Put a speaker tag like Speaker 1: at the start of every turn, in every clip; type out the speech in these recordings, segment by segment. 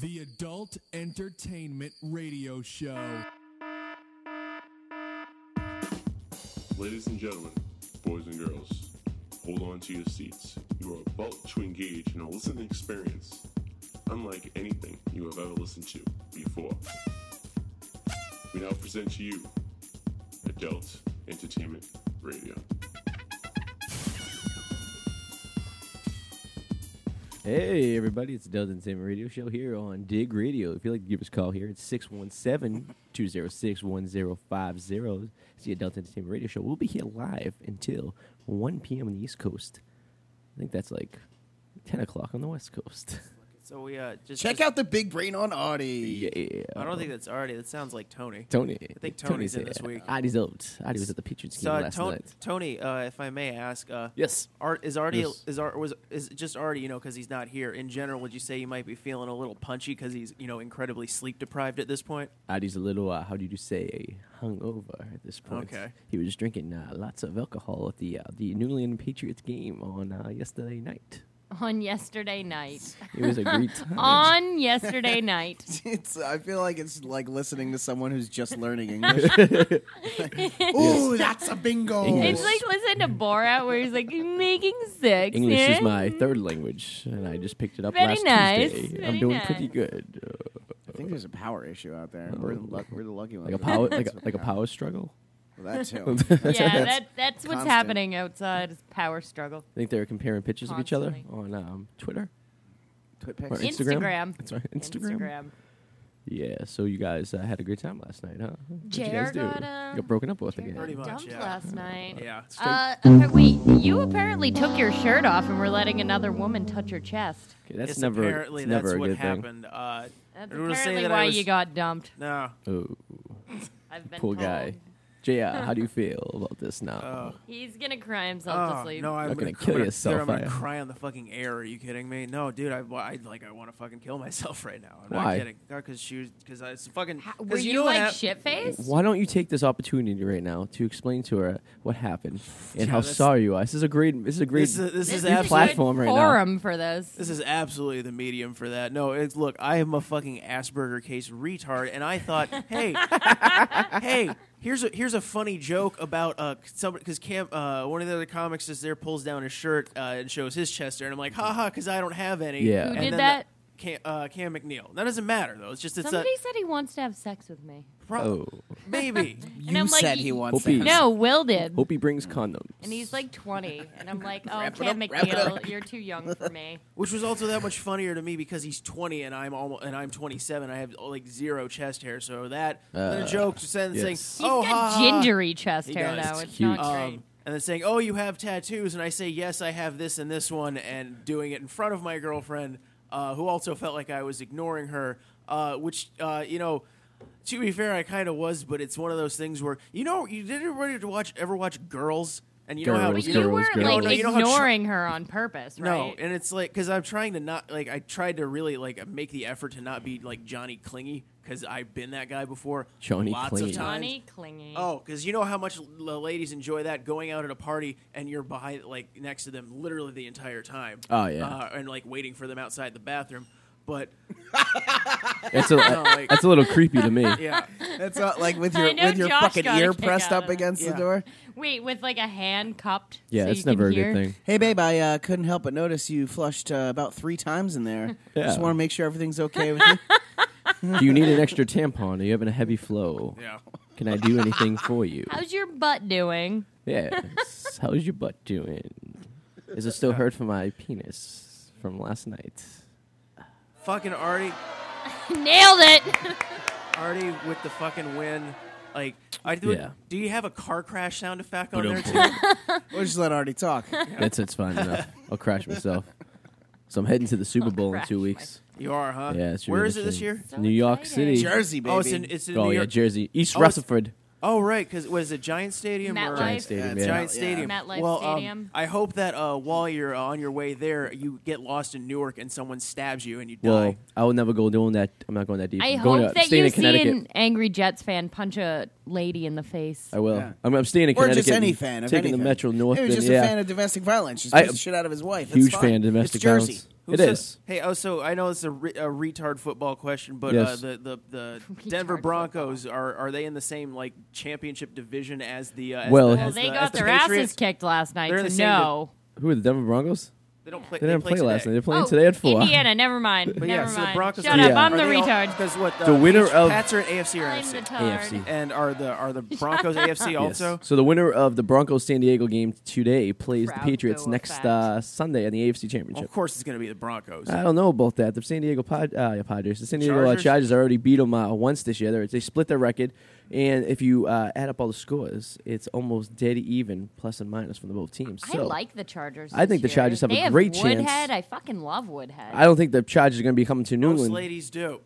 Speaker 1: The Adult Entertainment Radio Show.
Speaker 2: Ladies and gentlemen, boys and girls, hold on to your seats. You are about to engage in a listening experience unlike anything you have ever listened to before. We now present to you Adult Entertainment Radio.
Speaker 3: Hey, everybody, it's the Delta Entertainment Radio Show here on Dig Radio. If you'd like to give us a call here, it's 617 206 1050. It's the Delta Entertainment Radio Show. We'll be here live until 1 p.m. on the East Coast. I think that's like 10 o'clock on the West Coast.
Speaker 4: So we uh, just
Speaker 5: Check
Speaker 4: just-
Speaker 5: out the big brain on Audie.
Speaker 3: yeah.
Speaker 4: I don't think that's already. That sounds like Tony.
Speaker 3: Tony.
Speaker 4: I think Tony's in this week.
Speaker 3: Addie's out. Addie was at the Patriots game
Speaker 4: So uh,
Speaker 3: last
Speaker 4: Ton-
Speaker 3: night.
Speaker 4: Tony, uh, if I may ask, uh,
Speaker 3: Yes.
Speaker 4: Art is already
Speaker 3: Yes.
Speaker 4: is Ar- was is just already you know because he's not here. In general, would you say you might be feeling a little punchy because he's you know incredibly sleep deprived at this point?
Speaker 3: Addie's a little, uh, how do you say, hungover at this point.
Speaker 4: Okay.
Speaker 3: He was drinking uh, lots of alcohol at the uh, the New England Patriots game on uh, yesterday night.
Speaker 6: on yesterday night.
Speaker 3: It was a great time.
Speaker 6: on yesterday night.
Speaker 5: It's. I feel like it's like listening to someone who's just learning English. Ooh, that's a bingo.
Speaker 3: English.
Speaker 6: It's like listen to Borat where he's like making sex.
Speaker 3: English
Speaker 6: eh?
Speaker 3: is my third language, and I just picked it up
Speaker 6: Very
Speaker 3: last
Speaker 6: nice,
Speaker 3: Tuesday.
Speaker 6: very
Speaker 3: I'm doing pretty
Speaker 6: nice.
Speaker 3: good. Uh,
Speaker 5: I think there's a power issue out there. We're the, luck, we're the lucky ones.
Speaker 3: like a power, like a, like a power struggle.
Speaker 5: Well, that too.
Speaker 6: Yeah, that, that's what's
Speaker 5: constant.
Speaker 6: happening outside is power struggle.
Speaker 3: I think they were comparing pictures of each other
Speaker 6: Constantly.
Speaker 3: on um, Twitter
Speaker 5: Twit
Speaker 3: or
Speaker 5: pics.
Speaker 6: In-
Speaker 3: Instagram.
Speaker 6: Instagram.
Speaker 3: That's right, Instagram. Yeah, so you guys uh, had a good time last night, huh? What'd you
Speaker 6: JR
Speaker 3: guys do?
Speaker 6: got, uh,
Speaker 3: You got broken up with
Speaker 6: Jared
Speaker 3: again.
Speaker 4: Pretty much,
Speaker 6: dumped
Speaker 4: yeah.
Speaker 6: last night.
Speaker 4: Yeah.
Speaker 6: Uh, appa- wait, you apparently took your shirt off and were letting another woman touch your chest.
Speaker 3: Okay, that's
Speaker 4: Yes,
Speaker 3: never,
Speaker 4: apparently
Speaker 3: it's never
Speaker 4: that's
Speaker 3: a
Speaker 4: what
Speaker 3: good
Speaker 4: happened. Uh,
Speaker 6: That's
Speaker 4: I wanna say
Speaker 6: apparently
Speaker 4: that I
Speaker 6: why
Speaker 4: was-
Speaker 6: you got dumped.
Speaker 4: no.
Speaker 3: thing. Oh,
Speaker 6: I've been
Speaker 3: poor
Speaker 6: told.
Speaker 3: guy. JR, how do you feel about this now?
Speaker 4: Oh.
Speaker 6: He's gonna cry himself to
Speaker 4: Oh,
Speaker 6: sleep.
Speaker 4: no, I'm
Speaker 3: Not gonna
Speaker 4: cr-
Speaker 3: kill
Speaker 4: I'm
Speaker 3: yourself,
Speaker 4: I'm gonna
Speaker 3: are ya?
Speaker 4: cry on the fucking air. Are you kidding me? No, dude, I, I like I want to fucking kill myself right now. I'm
Speaker 3: Why?
Speaker 4: not kidding. Because she was because I it's fucking.
Speaker 6: Ha-
Speaker 4: 'cause
Speaker 6: Were you,
Speaker 4: you know what
Speaker 6: like
Speaker 4: hap-
Speaker 6: shit faced?
Speaker 3: Why don't you take this opportunity right now to explain to her what happened and
Speaker 4: Yeah,
Speaker 3: how
Speaker 4: that's-
Speaker 3: sorry you are? This is a great. This is a great.
Speaker 4: This is this, is,
Speaker 6: This
Speaker 3: a
Speaker 6: a
Speaker 4: absolutely
Speaker 6: good
Speaker 3: platform right now.
Speaker 6: Forum for this.
Speaker 4: This is absolutely the medium for that. No, it's look, I am a fucking Asperger case retard, and I thought, hey, hey, here's a here's a funny joke about uh somebody because Cam uh one of the other comics is there pulls down his shirt uh, and shows his chester, and I'm like, haha, because I don't have any.
Speaker 3: Yeah. Who
Speaker 4: And
Speaker 6: did
Speaker 4: then the-
Speaker 6: that?
Speaker 4: Cam, uh, Cam McNeil. That doesn't matter though. It's just it's
Speaker 6: Somebody
Speaker 4: a
Speaker 6: said he wants to have sex with me.
Speaker 4: pro-
Speaker 3: oh,
Speaker 4: maybe.
Speaker 6: and
Speaker 5: You
Speaker 6: I'm like,
Speaker 5: said he wants
Speaker 3: Hope he-
Speaker 5: that.
Speaker 6: No, Will did.
Speaker 3: hope he brings condoms.
Speaker 6: And he's like 20. And I'm like, oh,
Speaker 5: Wrap it
Speaker 6: Cam
Speaker 5: up, wrap it
Speaker 6: McNeil, you're too young for me.
Speaker 4: Which was also that much funnier to me because he's 20 and I'm almost and I'm 27. I have like zero chest hair, so that the
Speaker 3: Uh,
Speaker 4: jokes send saying,
Speaker 3: yes.
Speaker 6: He's
Speaker 4: "Oh,
Speaker 6: got
Speaker 4: ha, ha, ha."
Speaker 6: gingery chest
Speaker 4: He
Speaker 6: hair,
Speaker 4: does.
Speaker 6: though.
Speaker 3: It's
Speaker 6: It's not
Speaker 3: cute.
Speaker 6: great.
Speaker 4: Um, and then saying, "Oh, you have tattoos," and I say, "Yes, I have this and this one," and doing it in front of my girlfriend, uh, who also felt like I was ignoring her. Uh, which, uh, you know, to be fair, I kind of was, but it's one of those things where you know, you did ever to watch ever watch Girls, and you know how
Speaker 3: Girls,
Speaker 6: but
Speaker 4: you
Speaker 6: you
Speaker 4: know,
Speaker 3: girls,
Speaker 6: weren't
Speaker 3: girls.
Speaker 6: like
Speaker 4: Oh, No, no, you know how tr-
Speaker 6: ignoring her on purpose,
Speaker 4: no,
Speaker 6: right?
Speaker 4: and it's like because I'm trying to not like I tried to really like make the effort to not be like Johnny Clingy because I've been that guy before,
Speaker 3: Johnny
Speaker 4: lots
Speaker 3: Clingy.
Speaker 4: of times.
Speaker 6: Johnny clingy.
Speaker 4: Oh, because you know how much l- the ladies enjoy that going out at a party and you're behind, like next to them, literally the entire time.
Speaker 3: Oh, yeah.
Speaker 4: uh, and like waiting for them outside the bathroom. But
Speaker 3: that's a
Speaker 4: like-
Speaker 3: that's a little creepy to me.
Speaker 4: yeah,
Speaker 5: That's not like with
Speaker 6: I
Speaker 5: your
Speaker 6: know
Speaker 5: with your
Speaker 6: Josh
Speaker 5: fucking
Speaker 6: got a
Speaker 5: ear
Speaker 6: kick
Speaker 5: pressed
Speaker 6: out of
Speaker 5: up
Speaker 6: that.
Speaker 5: against
Speaker 4: Yeah.
Speaker 5: the door.
Speaker 6: Wait, with like a hand cupped.
Speaker 3: Yeah,
Speaker 6: so
Speaker 3: it's
Speaker 6: you can
Speaker 3: never a
Speaker 6: hear?
Speaker 3: good thing.
Speaker 5: Hey babe, I uh, couldn't help but notice you flushed uh, about three times in there.
Speaker 3: Yeah.
Speaker 5: Just want to make sure everything's okay with you.
Speaker 3: Do you need an extra tampon? Are you having a heavy flow?
Speaker 4: yeah.
Speaker 3: Can I do anything for you?
Speaker 6: How's your butt doing?
Speaker 3: Yes. How's your butt doing? Is it still hurt from my penis from last night?
Speaker 4: Fucking Artie,
Speaker 6: Nailed it.
Speaker 4: Artie with the fucking win. Like, I do.
Speaker 3: Yeah.
Speaker 4: Do you have a car crash sound effect on there
Speaker 3: Ba-dum.
Speaker 4: too?
Speaker 5: We'll just let Artie talk.
Speaker 3: That's it's fine enough. I'll crash myself. So I'm heading to the Super Bowl in
Speaker 6: crash
Speaker 3: two weeks.
Speaker 4: You are, huh?
Speaker 3: Yeah, it's
Speaker 4: Where
Speaker 3: really
Speaker 4: is it this year?
Speaker 3: exciting. New York
Speaker 6: exciting.
Speaker 3: City.
Speaker 5: Jersey, baby.
Speaker 4: Oh, it's in it's in
Speaker 3: oh
Speaker 4: New
Speaker 3: yeah,
Speaker 4: York.
Speaker 3: Jersey, East
Speaker 4: Oh, it's-
Speaker 3: Rutherford,
Speaker 4: oh right, because was it Giant Stadium or
Speaker 6: MetLife.
Speaker 3: Giant
Speaker 6: Life.
Speaker 3: Stadium.
Speaker 5: Yeah,
Speaker 3: yeah.
Speaker 4: Giant
Speaker 5: yeah.
Speaker 4: Stadium.
Speaker 6: MetLife
Speaker 4: well, um,
Speaker 6: Stadium.
Speaker 4: I hope that uh, while you're uh, on your way there, you get lost in Newark and someone stabs you and you
Speaker 3: Well,
Speaker 4: die.
Speaker 3: I will never go doing that. I'm not going that deep.
Speaker 6: I
Speaker 3: I'm going
Speaker 6: hope
Speaker 3: to,
Speaker 6: that
Speaker 3: staying
Speaker 6: you
Speaker 3: in
Speaker 6: see
Speaker 3: Connecticut.
Speaker 6: an angry Jets fan punch a lady in the face.
Speaker 3: I will.
Speaker 5: Yeah.
Speaker 3: I'm, I'm staying in
Speaker 5: or
Speaker 3: Connecticut.
Speaker 5: just any
Speaker 3: and
Speaker 5: fan of
Speaker 3: taking
Speaker 5: anything.
Speaker 3: the Metro North.
Speaker 5: He was
Speaker 3: and-
Speaker 5: just
Speaker 3: yeah.
Speaker 5: a fan of domestic violence. Just
Speaker 3: I-
Speaker 5: beats the shit out of his wife. It's
Speaker 3: huge
Speaker 5: fine.
Speaker 3: fan of domestic
Speaker 5: it's Jersey.
Speaker 3: violence.
Speaker 4: Who
Speaker 3: It
Speaker 4: said-
Speaker 3: is.
Speaker 4: Hey, oh, so I know it's a, re- a retard football question, but
Speaker 3: Yes.
Speaker 4: uh, the the, the
Speaker 6: Retard
Speaker 4: Denver
Speaker 6: football.
Speaker 4: Broncos are are they in the same like championship division as the? Uh, as
Speaker 3: Well-
Speaker 4: the-
Speaker 3: Well,
Speaker 6: Well,
Speaker 4: as
Speaker 6: they
Speaker 4: the- as
Speaker 6: got
Speaker 4: the
Speaker 6: their
Speaker 4: Patriots?
Speaker 6: asses kicked last night,
Speaker 4: They're in
Speaker 6: so
Speaker 4: the same
Speaker 6: no.
Speaker 3: Who are the Denver Broncos?
Speaker 4: They don't play.
Speaker 3: They didn't play, last night. They're playing
Speaker 6: oh,
Speaker 3: today at four.
Speaker 6: Indiana, never mind.
Speaker 4: But
Speaker 6: never
Speaker 4: yeah, so the
Speaker 6: mind.
Speaker 4: Broncos.
Speaker 6: Shut
Speaker 4: are-
Speaker 6: up, I'm
Speaker 4: are
Speaker 6: the
Speaker 4: they all-
Speaker 6: retard.
Speaker 4: Because what
Speaker 3: The winner
Speaker 4: Pats-
Speaker 3: of-
Speaker 4: Pats are an AFC or
Speaker 6: I'm the
Speaker 4: NFC?
Speaker 3: AFC.
Speaker 6: tard.
Speaker 4: And are the are the Broncos AFC
Speaker 3: Yes.
Speaker 4: also?
Speaker 3: So the winner of the Broncos San Diego game today plays the
Speaker 6: Proud
Speaker 3: Patriots
Speaker 6: Go
Speaker 3: next
Speaker 6: effect.
Speaker 3: uh, Sunday in the AFC Championship.
Speaker 4: Of course, it's going to be the Broncos.
Speaker 3: I don't know about that. The San Diego Pod, uh, yeah, Padres, the San Diego Chargers, uh,
Speaker 4: Chargers?
Speaker 3: Chargers already beat them uh, once this year. They're- They split their record, and if you uh, add up all the scores, it's almost dead even, plus and minus from the both teams.
Speaker 6: I
Speaker 3: So
Speaker 6: like the Chargers.
Speaker 3: I think
Speaker 6: this
Speaker 3: the
Speaker 6: year.
Speaker 3: Chargers have a
Speaker 6: They have
Speaker 3: great chance.
Speaker 6: Woodhead. I fucking love Woodhead.
Speaker 3: I don't think the Chargers are going to be coming to New
Speaker 4: Most
Speaker 3: England.
Speaker 4: ladies do.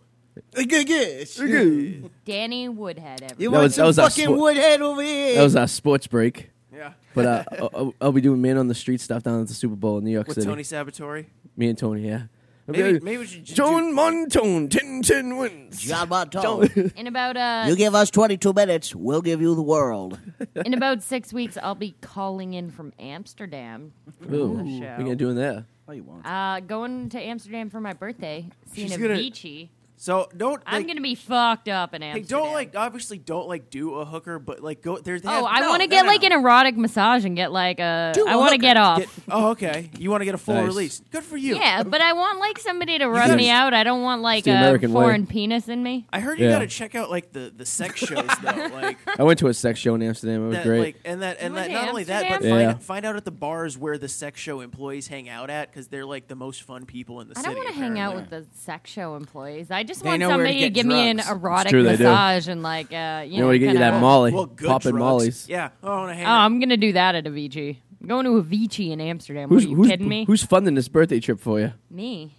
Speaker 3: that
Speaker 6: Danny Woodhead. Everybody.
Speaker 5: You
Speaker 3: That
Speaker 5: want
Speaker 3: was- that
Speaker 5: some
Speaker 3: was our
Speaker 5: fucking
Speaker 3: sport.
Speaker 5: woodhead over here?
Speaker 3: was our sports break.
Speaker 4: Yeah.
Speaker 3: But uh, I'll- I'll, I'll be doing man on the street stuff down at the Super Bowl in New York
Speaker 4: With
Speaker 3: City.
Speaker 4: Tony Sabatore.
Speaker 3: Me and Tony, yeah.
Speaker 4: Maybe, maybe we should ju-
Speaker 3: Joan Montone, 10 10 wins.
Speaker 5: John Montone.
Speaker 3: Joan-
Speaker 6: In about uh,
Speaker 5: You give us 22 minutes, we'll give you the world.
Speaker 6: in about six weeks, I'll be calling in from Amsterdam.
Speaker 3: Ooh,
Speaker 6: the
Speaker 3: we
Speaker 6: show.
Speaker 3: gonna do in there.
Speaker 5: Oh, you won't.
Speaker 6: Uh, going to Amsterdam for my birthday. Seeing
Speaker 4: She's
Speaker 6: a
Speaker 4: gonna-
Speaker 6: beachy.
Speaker 4: So don't.
Speaker 6: I'm
Speaker 4: like-
Speaker 6: gonna be fucked up in
Speaker 4: Hey,
Speaker 6: Amsterdam.
Speaker 4: don't like obviously don't like do a hooker, but like go there.
Speaker 6: Oh, I want to get like an erotic massage and get like a. I want to get off.
Speaker 4: oh, okay. You want to get a full
Speaker 3: Nice.
Speaker 4: release? Good for you.
Speaker 6: yeah, but I want like somebody to rub
Speaker 3: gotta-
Speaker 6: me out. I don't want like
Speaker 3: the
Speaker 6: a
Speaker 3: American way.
Speaker 6: foreign penis in me.
Speaker 4: I heard you
Speaker 3: Yeah.
Speaker 4: got to check out like the the sex shows though, like
Speaker 3: I went to a sex show in Amsterdam. It was
Speaker 4: that,
Speaker 3: great.
Speaker 4: like and that and
Speaker 6: went
Speaker 4: that.
Speaker 6: to
Speaker 4: Not only that, but
Speaker 6: Amsterdam?
Speaker 3: Yeah.
Speaker 4: find, find out at the bars where the sex show employees hang out at because they're like the most fun people in the
Speaker 6: I
Speaker 4: city.
Speaker 6: don't want to hang out with
Speaker 4: apparently.
Speaker 6: the sex show employees. I just
Speaker 5: They
Speaker 6: want
Speaker 5: know where to
Speaker 6: somebody to,
Speaker 5: get
Speaker 6: give me an
Speaker 5: drugs. It's
Speaker 6: erotic
Speaker 3: true, they do.
Speaker 6: massage and like uh, you
Speaker 3: you know,
Speaker 6: know,
Speaker 3: we get you
Speaker 6: kinda-
Speaker 3: that Molly,
Speaker 4: Well, good
Speaker 3: popping
Speaker 4: drugs.
Speaker 3: Mollies.
Speaker 4: Yeah. Oh, I want to hang
Speaker 6: Oh,
Speaker 4: out.
Speaker 6: I'm gonna do that at Avicii. I'm going to Avicii in Amsterdam.
Speaker 3: Who's
Speaker 6: what are you
Speaker 3: who's,
Speaker 6: kidding me?
Speaker 3: who's funding this birthday trip for you?
Speaker 6: me?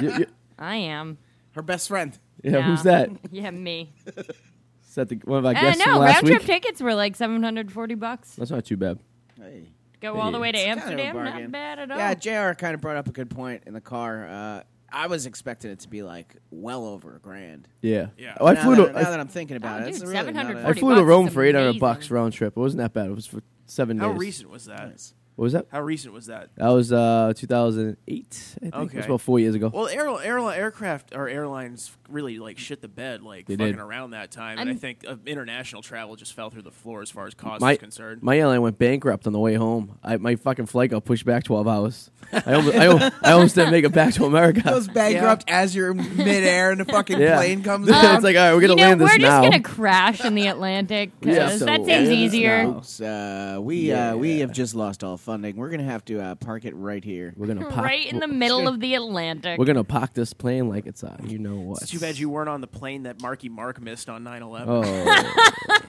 Speaker 3: You- you-
Speaker 6: I am.
Speaker 5: Her best friend.
Speaker 3: yeah,
Speaker 6: Nah.
Speaker 3: who's that?
Speaker 6: Yeah, me.
Speaker 3: Is that the, one of our
Speaker 6: I
Speaker 3: guests from
Speaker 6: know.
Speaker 3: last
Speaker 6: Uh, Round
Speaker 3: week?
Speaker 6: trip tickets were like 740 bucks.
Speaker 3: That's not too bad.
Speaker 5: Hey.
Speaker 6: Go all the way to
Speaker 5: It's kind of a
Speaker 6: Amsterdam.
Speaker 5: bargain.
Speaker 6: Not bad at all.
Speaker 5: Yeah, JR kind of brought up a good point in the car. Uh, I was expecting it to be like well over a grand.
Speaker 3: Yeah.
Speaker 4: Yeah.
Speaker 3: Oh, I
Speaker 5: now
Speaker 3: flew
Speaker 5: that,
Speaker 3: to
Speaker 5: now
Speaker 3: I,
Speaker 5: that I'm thinking about
Speaker 6: Oh,
Speaker 5: it, it's
Speaker 6: dude,
Speaker 5: really not a-
Speaker 6: 740
Speaker 3: I
Speaker 6: 40
Speaker 3: flew to
Speaker 6: bucks
Speaker 3: Rome
Speaker 6: is
Speaker 3: for 800
Speaker 6: amazing.
Speaker 3: bucks round trip. It wasn't that bad. It was for seven days.
Speaker 4: How recent was that?
Speaker 3: What was that?
Speaker 4: How recent was that?
Speaker 3: That was uh, 2008. I think it
Speaker 4: Okay.
Speaker 3: was about four years ago.
Speaker 4: Well, airline, airline aircraft or airlines really like shit the bed like
Speaker 3: They
Speaker 4: fucking
Speaker 3: did.
Speaker 4: around that time, and I
Speaker 6: I'm-
Speaker 4: think uh, international travel just fell through the floor as far as cost
Speaker 3: my
Speaker 4: is concerned.
Speaker 3: my airline went bankrupt on the way home. I, my fucking flight got pushed back 12 hours. I almost, I, almost, I almost didn't make it back to America.
Speaker 5: goes bankrupt as you're midair and the fucking
Speaker 3: Yeah.
Speaker 5: plane comes
Speaker 3: it's
Speaker 5: down.
Speaker 3: like, all right, we're
Speaker 6: You
Speaker 3: going to
Speaker 6: know,
Speaker 3: land
Speaker 6: we're
Speaker 3: this
Speaker 6: just
Speaker 3: now.
Speaker 6: gonna crash in the Atlantic 'cause
Speaker 3: Yeah, so-
Speaker 6: that
Speaker 3: Yeah,
Speaker 6: seems
Speaker 3: it's
Speaker 6: easier.
Speaker 3: not-
Speaker 5: Folks, uh, we uh, we have just lost all funding. We're gonna have to uh, park it right here.
Speaker 3: We're gonna park.
Speaker 6: Right in the middle of the Atlantic.
Speaker 3: We're gonna park this plane like it's uh, you know what?
Speaker 4: It's too bad you weren't on the plane that Marky Mark missed on 9/11.
Speaker 3: Oh,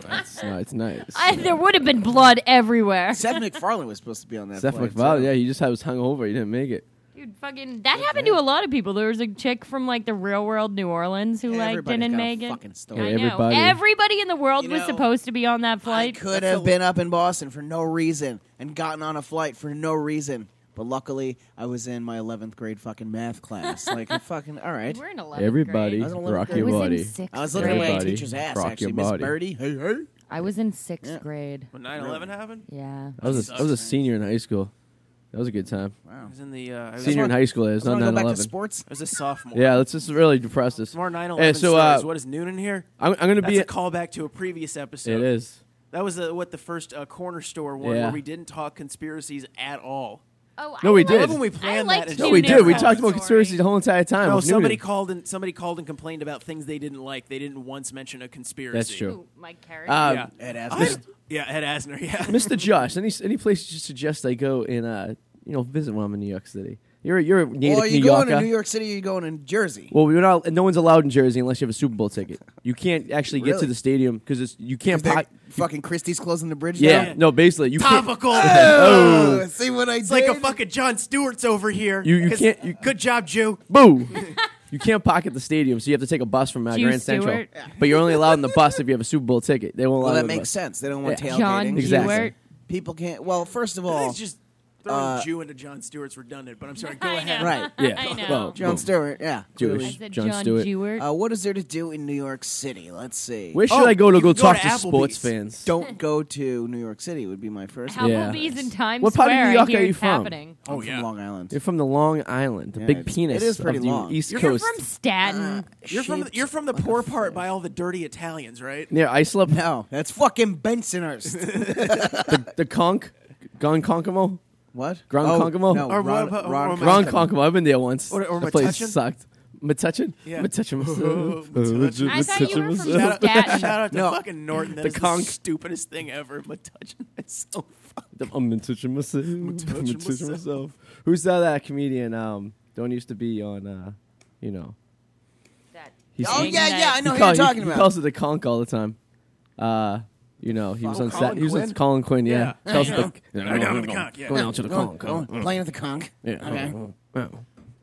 Speaker 3: that's not. It's nice.
Speaker 6: I, there would have been blood everywhere.
Speaker 5: Seth MacFarlane was supposed to be on that.
Speaker 3: Seth
Speaker 5: flight,
Speaker 3: MacFarlane,
Speaker 5: too.
Speaker 3: yeah, you just had was hungover. You didn't make it.
Speaker 6: Dude, fucking that happened to a lot of people. There was a chick from like the real world New Orleans who like
Speaker 5: Everybody's
Speaker 6: didn't
Speaker 5: got a
Speaker 6: make it.
Speaker 5: fucking story.
Speaker 6: I
Speaker 3: Yeah,
Speaker 6: know.
Speaker 3: everybody-
Speaker 6: Everybody in the world
Speaker 5: You
Speaker 6: was
Speaker 5: know,
Speaker 6: supposed to be on that
Speaker 5: I
Speaker 6: flight.
Speaker 5: could have been up in Boston for no reason and gotten on a flight for no reason. But luckily, I was in my 11th grade fucking math class. like, I'm fucking, all right.
Speaker 6: We're in 11th
Speaker 3: Everybody,
Speaker 5: was
Speaker 6: grade.
Speaker 5: in
Speaker 3: rock
Speaker 5: eleventh
Speaker 6: I
Speaker 3: your
Speaker 6: was
Speaker 3: body.
Speaker 6: in sixth
Speaker 5: I was
Speaker 6: grade.
Speaker 5: looking at my
Speaker 3: Everybody,
Speaker 5: teacher's ass,
Speaker 3: rock your
Speaker 5: actually. Miss
Speaker 3: body.
Speaker 5: Birdie. Hey, hey.
Speaker 6: I was in sixth grade.
Speaker 4: When 9/11 happened,
Speaker 6: Yeah.
Speaker 3: I was a, I was a senior in high school. That was a good time.
Speaker 4: I was in the uh, I was,
Speaker 3: Senior in
Speaker 5: why-
Speaker 3: high school, it's not
Speaker 5: Want to go
Speaker 3: 9
Speaker 5: back to
Speaker 3: 11.
Speaker 5: sports?
Speaker 4: I was a sophomore.
Speaker 3: Yeah, let's just really depress this.
Speaker 4: It's more 9/11
Speaker 3: Hey, so, uh,
Speaker 4: stories. What is Noonan here?
Speaker 3: I'm, I'm gonna
Speaker 4: That's
Speaker 3: be.
Speaker 4: a callback to a previous episode.
Speaker 3: it is.
Speaker 4: That was uh what the first uh, corner store one
Speaker 3: Yeah.
Speaker 4: where we didn't talk conspiracies at all.
Speaker 6: Oh,
Speaker 3: No, we did.
Speaker 6: I
Speaker 3: Remember when
Speaker 4: we
Speaker 6: liked-
Speaker 4: planned
Speaker 6: I
Speaker 4: that
Speaker 6: liked
Speaker 4: and-
Speaker 3: No,
Speaker 6: you
Speaker 3: we
Speaker 6: now.
Speaker 3: did. We talked
Speaker 6: Sorry.
Speaker 3: about conspiracy the whole entire time.
Speaker 4: No,
Speaker 3: with
Speaker 4: Oh, somebody
Speaker 3: Noonan.
Speaker 4: called and somebody called and complained about things they didn't like. They didn't once mention a conspiracy.
Speaker 3: That's true.
Speaker 6: Ooh, my character.
Speaker 3: Uh,
Speaker 4: Yeah,
Speaker 5: Ed
Speaker 4: I-
Speaker 5: Asner.
Speaker 4: yeah, Ed Asner. Yeah,
Speaker 3: Mr. Josh, any any place you suggest I go and uh, you know visit when I'm in New York City? You're a- you're a native
Speaker 5: Well, are you
Speaker 3: New
Speaker 5: going
Speaker 3: Yorker.
Speaker 5: to New York City or are you going to Jersey?
Speaker 3: Well, we're not. No one's allowed in Jersey unless you have a Super Bowl ticket. You can't actually get
Speaker 5: Really?
Speaker 3: to the stadium because you
Speaker 5: Is
Speaker 3: can't.
Speaker 5: there-
Speaker 3: Park,
Speaker 5: fucking Christie's closing the bridge
Speaker 3: yeah,
Speaker 5: down?
Speaker 3: no. Basically, you can't.
Speaker 4: topical.
Speaker 5: Oh, see what I
Speaker 4: It's
Speaker 5: did?
Speaker 4: like a fucking John Stewart's over here.
Speaker 3: You- you
Speaker 4: 'Cause-
Speaker 3: can't- you-
Speaker 4: good job, Jew.
Speaker 3: Boo. you can't park at the stadium, so you have to take a bus from uh,
Speaker 6: Jew
Speaker 3: Grand Central.
Speaker 6: Stewart.
Speaker 3: But you're only allowed in the bus if you have a Super Bowl ticket. They won't allow. you
Speaker 5: Well, that
Speaker 3: on the
Speaker 5: makes
Speaker 3: bus.
Speaker 5: sense. They don't want
Speaker 3: Yeah.
Speaker 5: tailgating.
Speaker 6: John
Speaker 3: Exactly.
Speaker 6: Stewart.
Speaker 5: People can't. Well, first of all,
Speaker 4: It's just Throwing
Speaker 5: Uh,
Speaker 4: Jew into John Stewart's redundant, but I'm sorry. Go
Speaker 6: I
Speaker 4: ahead.
Speaker 6: know.
Speaker 5: Right.
Speaker 3: Yeah.
Speaker 6: I know.
Speaker 3: Well,
Speaker 5: John Stewart, yeah.
Speaker 3: Jewish.
Speaker 6: I
Speaker 5: clearly.
Speaker 6: said
Speaker 3: John
Speaker 6: John
Speaker 3: Stewart. Oh,
Speaker 6: Stewart.
Speaker 5: Uh, what is there to do in New York City? Let's see.
Speaker 3: Where should
Speaker 4: Oh,
Speaker 3: I go to
Speaker 4: you
Speaker 3: go
Speaker 4: can go
Speaker 3: talk
Speaker 4: to
Speaker 3: to, sports
Speaker 4: Applebee's.
Speaker 3: fans?
Speaker 5: Don't go to New York City would be my first.
Speaker 3: How-
Speaker 5: one.
Speaker 6: Applebee's in Times
Speaker 3: What part of
Speaker 6: Square.
Speaker 3: New York
Speaker 6: I hear
Speaker 3: are you
Speaker 6: it's
Speaker 3: from?
Speaker 6: happening.
Speaker 4: Oh
Speaker 5: I'm from Long Island.
Speaker 3: You're from the Long Island, the
Speaker 5: Yeah,
Speaker 3: big
Speaker 5: it's-
Speaker 3: penis
Speaker 5: it is pretty
Speaker 3: of the
Speaker 5: long.
Speaker 3: East
Speaker 4: You're
Speaker 6: You're
Speaker 3: Coast. Uh,
Speaker 6: from Staten.
Speaker 4: You're from the,
Speaker 5: Shaped
Speaker 4: you're from the
Speaker 5: like a
Speaker 4: poor part
Speaker 5: fish.
Speaker 4: by all the dirty Italians, right?
Speaker 3: Near Islip,
Speaker 5: No, that's fucking Bensonhurst.
Speaker 3: the Conk, Gon Konkamo,
Speaker 5: what?
Speaker 3: Grand
Speaker 5: oh,
Speaker 3: Kokomo?
Speaker 5: No,
Speaker 4: Or
Speaker 5: Ron,
Speaker 4: what about-
Speaker 5: Ron
Speaker 4: or what
Speaker 3: Ron
Speaker 4: about-
Speaker 5: Kokomo.
Speaker 3: Konkamo. I've been there once.
Speaker 4: Or- or
Speaker 3: the place
Speaker 4: Metuchen?
Speaker 3: sucked. Metuchen,
Speaker 4: Yeah.
Speaker 3: Metuchen.
Speaker 4: Oh, Metuchen.
Speaker 6: I thought you were from
Speaker 3: Metuchen.
Speaker 4: Shout out,
Speaker 6: Staten.
Speaker 4: shout out to
Speaker 5: No.
Speaker 4: fucking Norton. That
Speaker 3: The
Speaker 4: is the
Speaker 3: conch.
Speaker 4: stupidest thing ever. I'm touching myself.
Speaker 3: I'm Metuchen myself. I'm
Speaker 4: Metuchen
Speaker 3: Metuchen
Speaker 4: myself.
Speaker 3: myself. Who saw that comedian? Um, don't used to be on. Uh, you know,
Speaker 6: That
Speaker 3: he's
Speaker 5: Oh
Speaker 6: Dang
Speaker 5: yeah,
Speaker 6: that.
Speaker 5: yeah, I know
Speaker 3: He
Speaker 5: who
Speaker 3: call-
Speaker 5: you're talking
Speaker 3: he,
Speaker 5: about.
Speaker 3: He calls it the conch all the time. Uh, you know, he was
Speaker 4: Oh,
Speaker 3: on
Speaker 4: Colin
Speaker 3: set. He was on
Speaker 4: Quinn?
Speaker 3: Colin Quinn. Yeah,
Speaker 4: Yeah.
Speaker 3: Calls it
Speaker 4: Yeah.
Speaker 3: the-
Speaker 4: Right down to the conch, yeah.
Speaker 3: Going out to the
Speaker 5: Go-
Speaker 3: conch.
Speaker 5: go- playing at Oh, the conch.
Speaker 3: Yeah.
Speaker 5: Okay.
Speaker 3: Oh,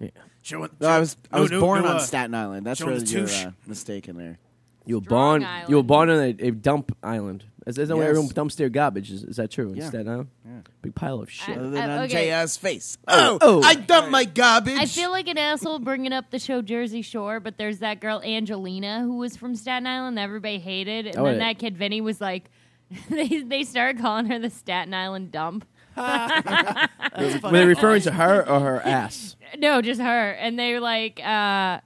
Speaker 3: yeah.
Speaker 4: Showing,
Speaker 5: No, I was I
Speaker 4: no,
Speaker 5: was
Speaker 4: no,
Speaker 5: born
Speaker 4: no,
Speaker 5: on
Speaker 4: uh,
Speaker 5: Staten Island. That's
Speaker 4: showing
Speaker 5: where
Speaker 4: the
Speaker 5: you're
Speaker 4: touche.
Speaker 5: uh, mistaken there.
Speaker 3: You were
Speaker 6: Strong
Speaker 3: born. You were
Speaker 6: island.
Speaker 3: born on a, a dump island. Is, is that where
Speaker 5: Yes.
Speaker 3: everyone dumps their garbage? Is, is that true? In
Speaker 5: Yeah.
Speaker 3: Staten Island, big pile of shit.
Speaker 5: Other than
Speaker 6: Uh,
Speaker 5: on
Speaker 6: okay.
Speaker 5: JR's face. Oh,
Speaker 3: oh.
Speaker 5: I dumped my garbage.
Speaker 6: I feel like an asshole bringing up the show Jersey Shore, but there's that girl Angelina who was from Staten Island that everybody hated, and
Speaker 3: Oh,
Speaker 6: then
Speaker 3: yeah.
Speaker 6: that kid Vinny was like, they they started calling her the Staten Island dump.
Speaker 3: Were they referring to her or her ass?
Speaker 6: No, just her, and they were like, uh,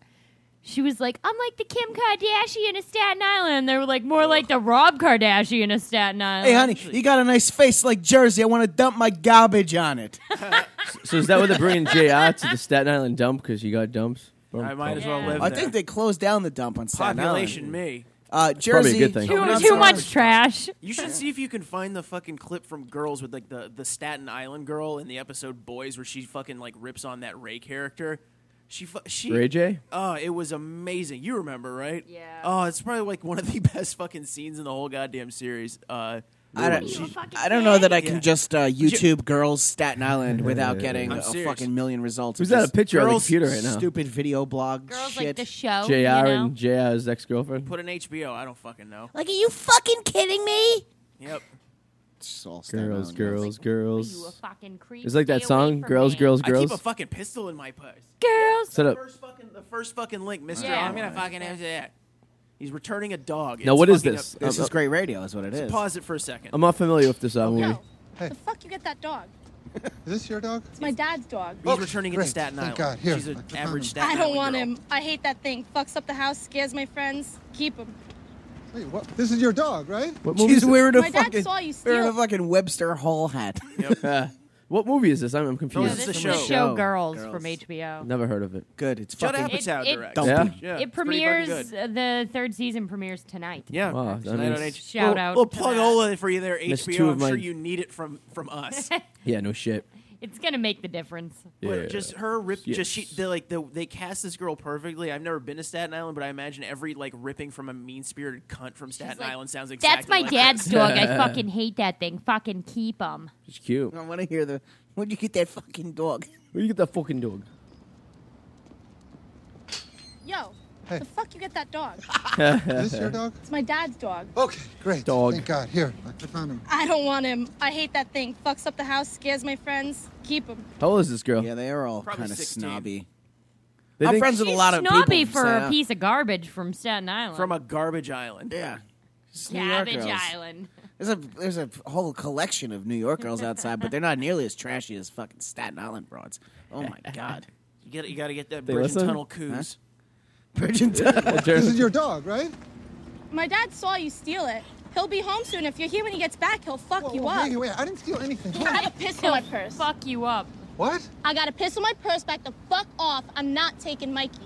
Speaker 6: she was like, I'm like the Kim Kardashian of Staten Island, and they were like more like the Rob Kardashian of Staten Island.
Speaker 5: Hey, honey, you got a nice face like Jersey. I want to dump my garbage on it.
Speaker 3: So is that where they're bringing Jr. to the Staten Island dump because you got dumps?
Speaker 4: I might as
Speaker 6: Yeah.
Speaker 4: well live
Speaker 5: I
Speaker 4: there.
Speaker 5: think they closed down the dump on Staten
Speaker 4: population me.
Speaker 5: Island. Uh, Jersey,
Speaker 3: good thing.
Speaker 6: Too,
Speaker 5: Coconut
Speaker 6: too
Speaker 5: Store.
Speaker 6: much trash.
Speaker 4: You should see if you can find the fucking clip from Girls with like the, the Staten Island girl in the episode Boys where she fucking like rips on that Ray character. She fu- she
Speaker 3: Ray J.
Speaker 4: Oh, it was amazing. You remember, right?
Speaker 6: Yeah.
Speaker 4: Oh, it's probably like one of the best fucking scenes in the whole goddamn series. Uh,
Speaker 5: I
Speaker 6: You a
Speaker 5: don't,
Speaker 6: fucking
Speaker 5: I don't know that I can
Speaker 4: Yeah.
Speaker 5: just uh, YouTube girls Staten Island without getting
Speaker 4: I'm
Speaker 5: a
Speaker 4: serious.
Speaker 5: fucking million results.
Speaker 3: Who's
Speaker 5: of
Speaker 3: that a
Speaker 5: just
Speaker 3: picture on the
Speaker 4: girls
Speaker 3: computer right now?
Speaker 5: Stupid video blog
Speaker 6: Girls
Speaker 5: shit.
Speaker 6: like the show.
Speaker 3: Jr.
Speaker 6: you know?
Speaker 3: and Jr.'s ex girlfriend.
Speaker 4: put an HBO. I don't fucking know.
Speaker 5: like, are you fucking kidding me?
Speaker 4: Yep.
Speaker 5: It's all Staten
Speaker 3: Girls,
Speaker 5: Island.
Speaker 3: girls,
Speaker 6: You a
Speaker 3: girls.
Speaker 6: fucking creep.
Speaker 3: It's like that
Speaker 6: Stay away
Speaker 3: song,
Speaker 6: from
Speaker 3: girls,
Speaker 6: me.
Speaker 3: girls,
Speaker 4: I keep
Speaker 3: girls.
Speaker 4: a fucking pistol in my purse.
Speaker 6: Girls.
Speaker 3: Set up.
Speaker 4: First fucking, the first fucking link, Mister.
Speaker 6: Yeah.
Speaker 4: I'm gonna fucking have that. He's returning a dog.
Speaker 3: Now
Speaker 4: It's
Speaker 3: what is
Speaker 4: fucking
Speaker 3: this? Oh,
Speaker 4: up-
Speaker 5: This is great radio, is what it is.
Speaker 4: Pause it for a second.
Speaker 3: I'm not familiar with this album.
Speaker 7: Yo,
Speaker 8: Hey.
Speaker 7: the fuck you get that dog?
Speaker 8: Is this your dog? Oh,
Speaker 7: It's my dad's dog.
Speaker 4: He's returning it to
Speaker 8: great.
Speaker 4: Staten
Speaker 8: Thank
Speaker 4: Island.
Speaker 8: God. Here.
Speaker 4: She's an
Speaker 8: I just found
Speaker 4: average
Speaker 8: him.
Speaker 4: Staten
Speaker 7: I don't
Speaker 4: Island
Speaker 7: want
Speaker 4: girl.
Speaker 7: him. I hate that thing. Fucks up the house, scares my friends. Keep him.
Speaker 8: Wait, what? This is your dog, right?
Speaker 3: What movie?
Speaker 5: She's
Speaker 3: Is
Speaker 5: wearing a
Speaker 7: My dad
Speaker 5: fucking,
Speaker 7: saw you steal
Speaker 5: wearing a
Speaker 7: it.
Speaker 5: fucking Webster Hall hat.
Speaker 3: what movie is this? I'm, I'm
Speaker 4: No,
Speaker 6: No,
Speaker 3: confused.
Speaker 4: this is
Speaker 6: this is
Speaker 4: the
Speaker 6: the
Speaker 4: show.
Speaker 6: show Girls,
Speaker 5: Girls.
Speaker 6: from HBO.
Speaker 3: Never heard of it.
Speaker 5: Good, it's
Speaker 4: Judd
Speaker 5: fucking
Speaker 4: Apatow
Speaker 6: it-
Speaker 4: directs.
Speaker 5: Yeah?
Speaker 4: Yeah,
Speaker 6: It
Speaker 4: it's pretty fucking
Speaker 6: premieres.
Speaker 4: good.
Speaker 6: uh, The third season premieres tonight.
Speaker 4: Yeah.
Speaker 3: Wow, that
Speaker 4: Tonight
Speaker 3: means-
Speaker 4: on H-
Speaker 6: Shout
Speaker 4: Little-
Speaker 6: out
Speaker 4: Little
Speaker 6: to
Speaker 4: plug
Speaker 6: that.
Speaker 4: Ola for you there,
Speaker 3: Missed
Speaker 4: HBO.
Speaker 3: two of
Speaker 4: I'm
Speaker 3: my-
Speaker 4: sure you need it from from us.
Speaker 3: Yeah, no shit.
Speaker 6: It's gonna make the difference.
Speaker 3: Yeah.
Speaker 4: But just her rip,
Speaker 3: Yes.
Speaker 4: just she, they like the, they cast this girl perfectly. I've never been to Staten Island, but I imagine every like ripping from a mean spirited cunt from Staten
Speaker 6: like,
Speaker 4: Island sounds exactly.
Speaker 6: That's my
Speaker 4: like
Speaker 6: dad's dog. I fucking hate that thing. Fucking keep him.
Speaker 3: It's cute.
Speaker 5: I want to hear the. Where'd you get that fucking dog?
Speaker 3: Where you get that fucking dog?
Speaker 7: Yo,
Speaker 8: Hey.
Speaker 7: the fuck you get that dog?
Speaker 8: Is this your dog?
Speaker 7: It's my dad's dog.
Speaker 8: Okay, great.
Speaker 3: Dog.
Speaker 8: Thank God. Here, I found him.
Speaker 7: I don't want him. I hate that thing. Fucks up the house, scares my friends. Keep him.
Speaker 3: How old is this girl?
Speaker 5: Yeah, they are all
Speaker 4: Probably
Speaker 5: kind of
Speaker 4: 16.
Speaker 5: snobby.
Speaker 3: They
Speaker 5: I'm
Speaker 3: think-
Speaker 5: friends with a
Speaker 6: She's
Speaker 5: lot of people.
Speaker 6: snobby for
Speaker 5: so-
Speaker 6: a piece of garbage from Staten Island.
Speaker 4: From a garbage island.
Speaker 5: Yeah. It's New York
Speaker 6: garbage
Speaker 5: girls.
Speaker 6: island.
Speaker 5: There's a there's a whole collection of New York girls outside, but they're not nearly as trashy as fucking Staten Island broads. Oh my god.
Speaker 4: You got you got to get that
Speaker 3: They
Speaker 4: bridge
Speaker 3: listen?
Speaker 4: and tunnel coos.
Speaker 5: Virgin Tub-
Speaker 8: This is your dog, right?
Speaker 7: My dad saw you steal it. He'll be home soon. If you're here when he gets back, he'll fuck
Speaker 8: Whoa,
Speaker 7: you
Speaker 8: whoa,
Speaker 7: up.
Speaker 8: Wait, wait, I didn't steal anything.
Speaker 7: I got a pistol in my purse.
Speaker 6: Fuck you up.
Speaker 8: What?
Speaker 7: I got a pistol in my purse. Back the fuck off. I'm not taking Mikey.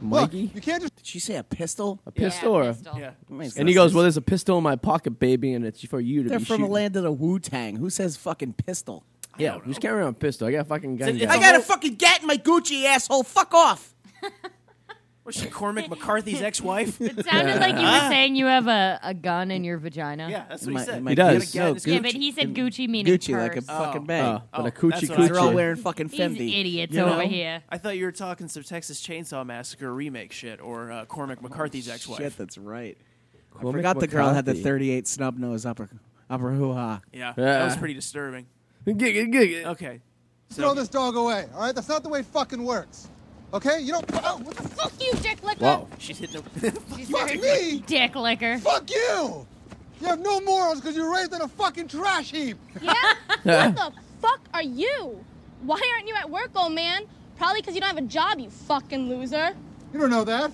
Speaker 3: Mikey?
Speaker 8: Look, you can't just.
Speaker 5: Did she say a pistol?
Speaker 3: A pistol? or-
Speaker 6: Yeah, pistol.
Speaker 4: Yeah.
Speaker 3: And he goes, Well, there's a pistol in my pocket, baby, and it's for you to
Speaker 5: They're
Speaker 3: be
Speaker 5: from
Speaker 3: shooting.
Speaker 5: the land of the Wu Tang. Who says fucking pistol?
Speaker 3: Yeah, who's carrying around a pistol? I got a fucking gun.
Speaker 4: It's-
Speaker 3: guy.
Speaker 5: I got a fucking gat in my Gucci asshole. Fuck off.
Speaker 4: Was she Cormac McCarthy's ex wife?
Speaker 6: It sounded like you were saying you have a, a gun in your vagina.
Speaker 4: Yeah, that's
Speaker 5: In
Speaker 4: what
Speaker 5: my-
Speaker 4: he said.
Speaker 5: in my
Speaker 3: He does.
Speaker 4: You gotta get
Speaker 6: Yeah,
Speaker 4: in
Speaker 6: but
Speaker 4: his-
Speaker 6: he said Gucci meaning
Speaker 5: Gucci like a
Speaker 6: purse.
Speaker 5: fucking bang.
Speaker 3: Oh, but a
Speaker 4: Oh,
Speaker 3: coochie
Speaker 4: that's what I
Speaker 3: coochie.
Speaker 5: They're all wearing fucking
Speaker 6: These
Speaker 5: Fendi.
Speaker 6: idiots
Speaker 5: you know?
Speaker 6: over here.
Speaker 4: I thought you were talking some Texas Chainsaw Massacre remake shit or uh, Cormac McCarthy's ex
Speaker 5: Shit,
Speaker 4: wife.
Speaker 5: that's right. I
Speaker 3: Cormac
Speaker 5: forgot the girl had the
Speaker 3: McCarthy.
Speaker 5: 38 snub nose upper upper hoo ha.
Speaker 4: Yeah,
Speaker 3: Yeah.
Speaker 4: that was pretty disturbing.
Speaker 3: Look Gig- gig-
Speaker 4: Okay.
Speaker 8: Throw this dog away, all right? That's not the way it fucking works. Okay? You don't. Oh, what the
Speaker 7: Fuck you, dick licker.
Speaker 3: Wow.
Speaker 4: She's hitting the.
Speaker 8: fuck me?
Speaker 6: Dick liquor.
Speaker 8: Fuck you! You have no morals because you were raised in a fucking trash heap.
Speaker 7: Yeah? what the fuck are you? Why aren't you at work, old man? Probably because you don't have a job, you fucking loser.
Speaker 8: You don't know that.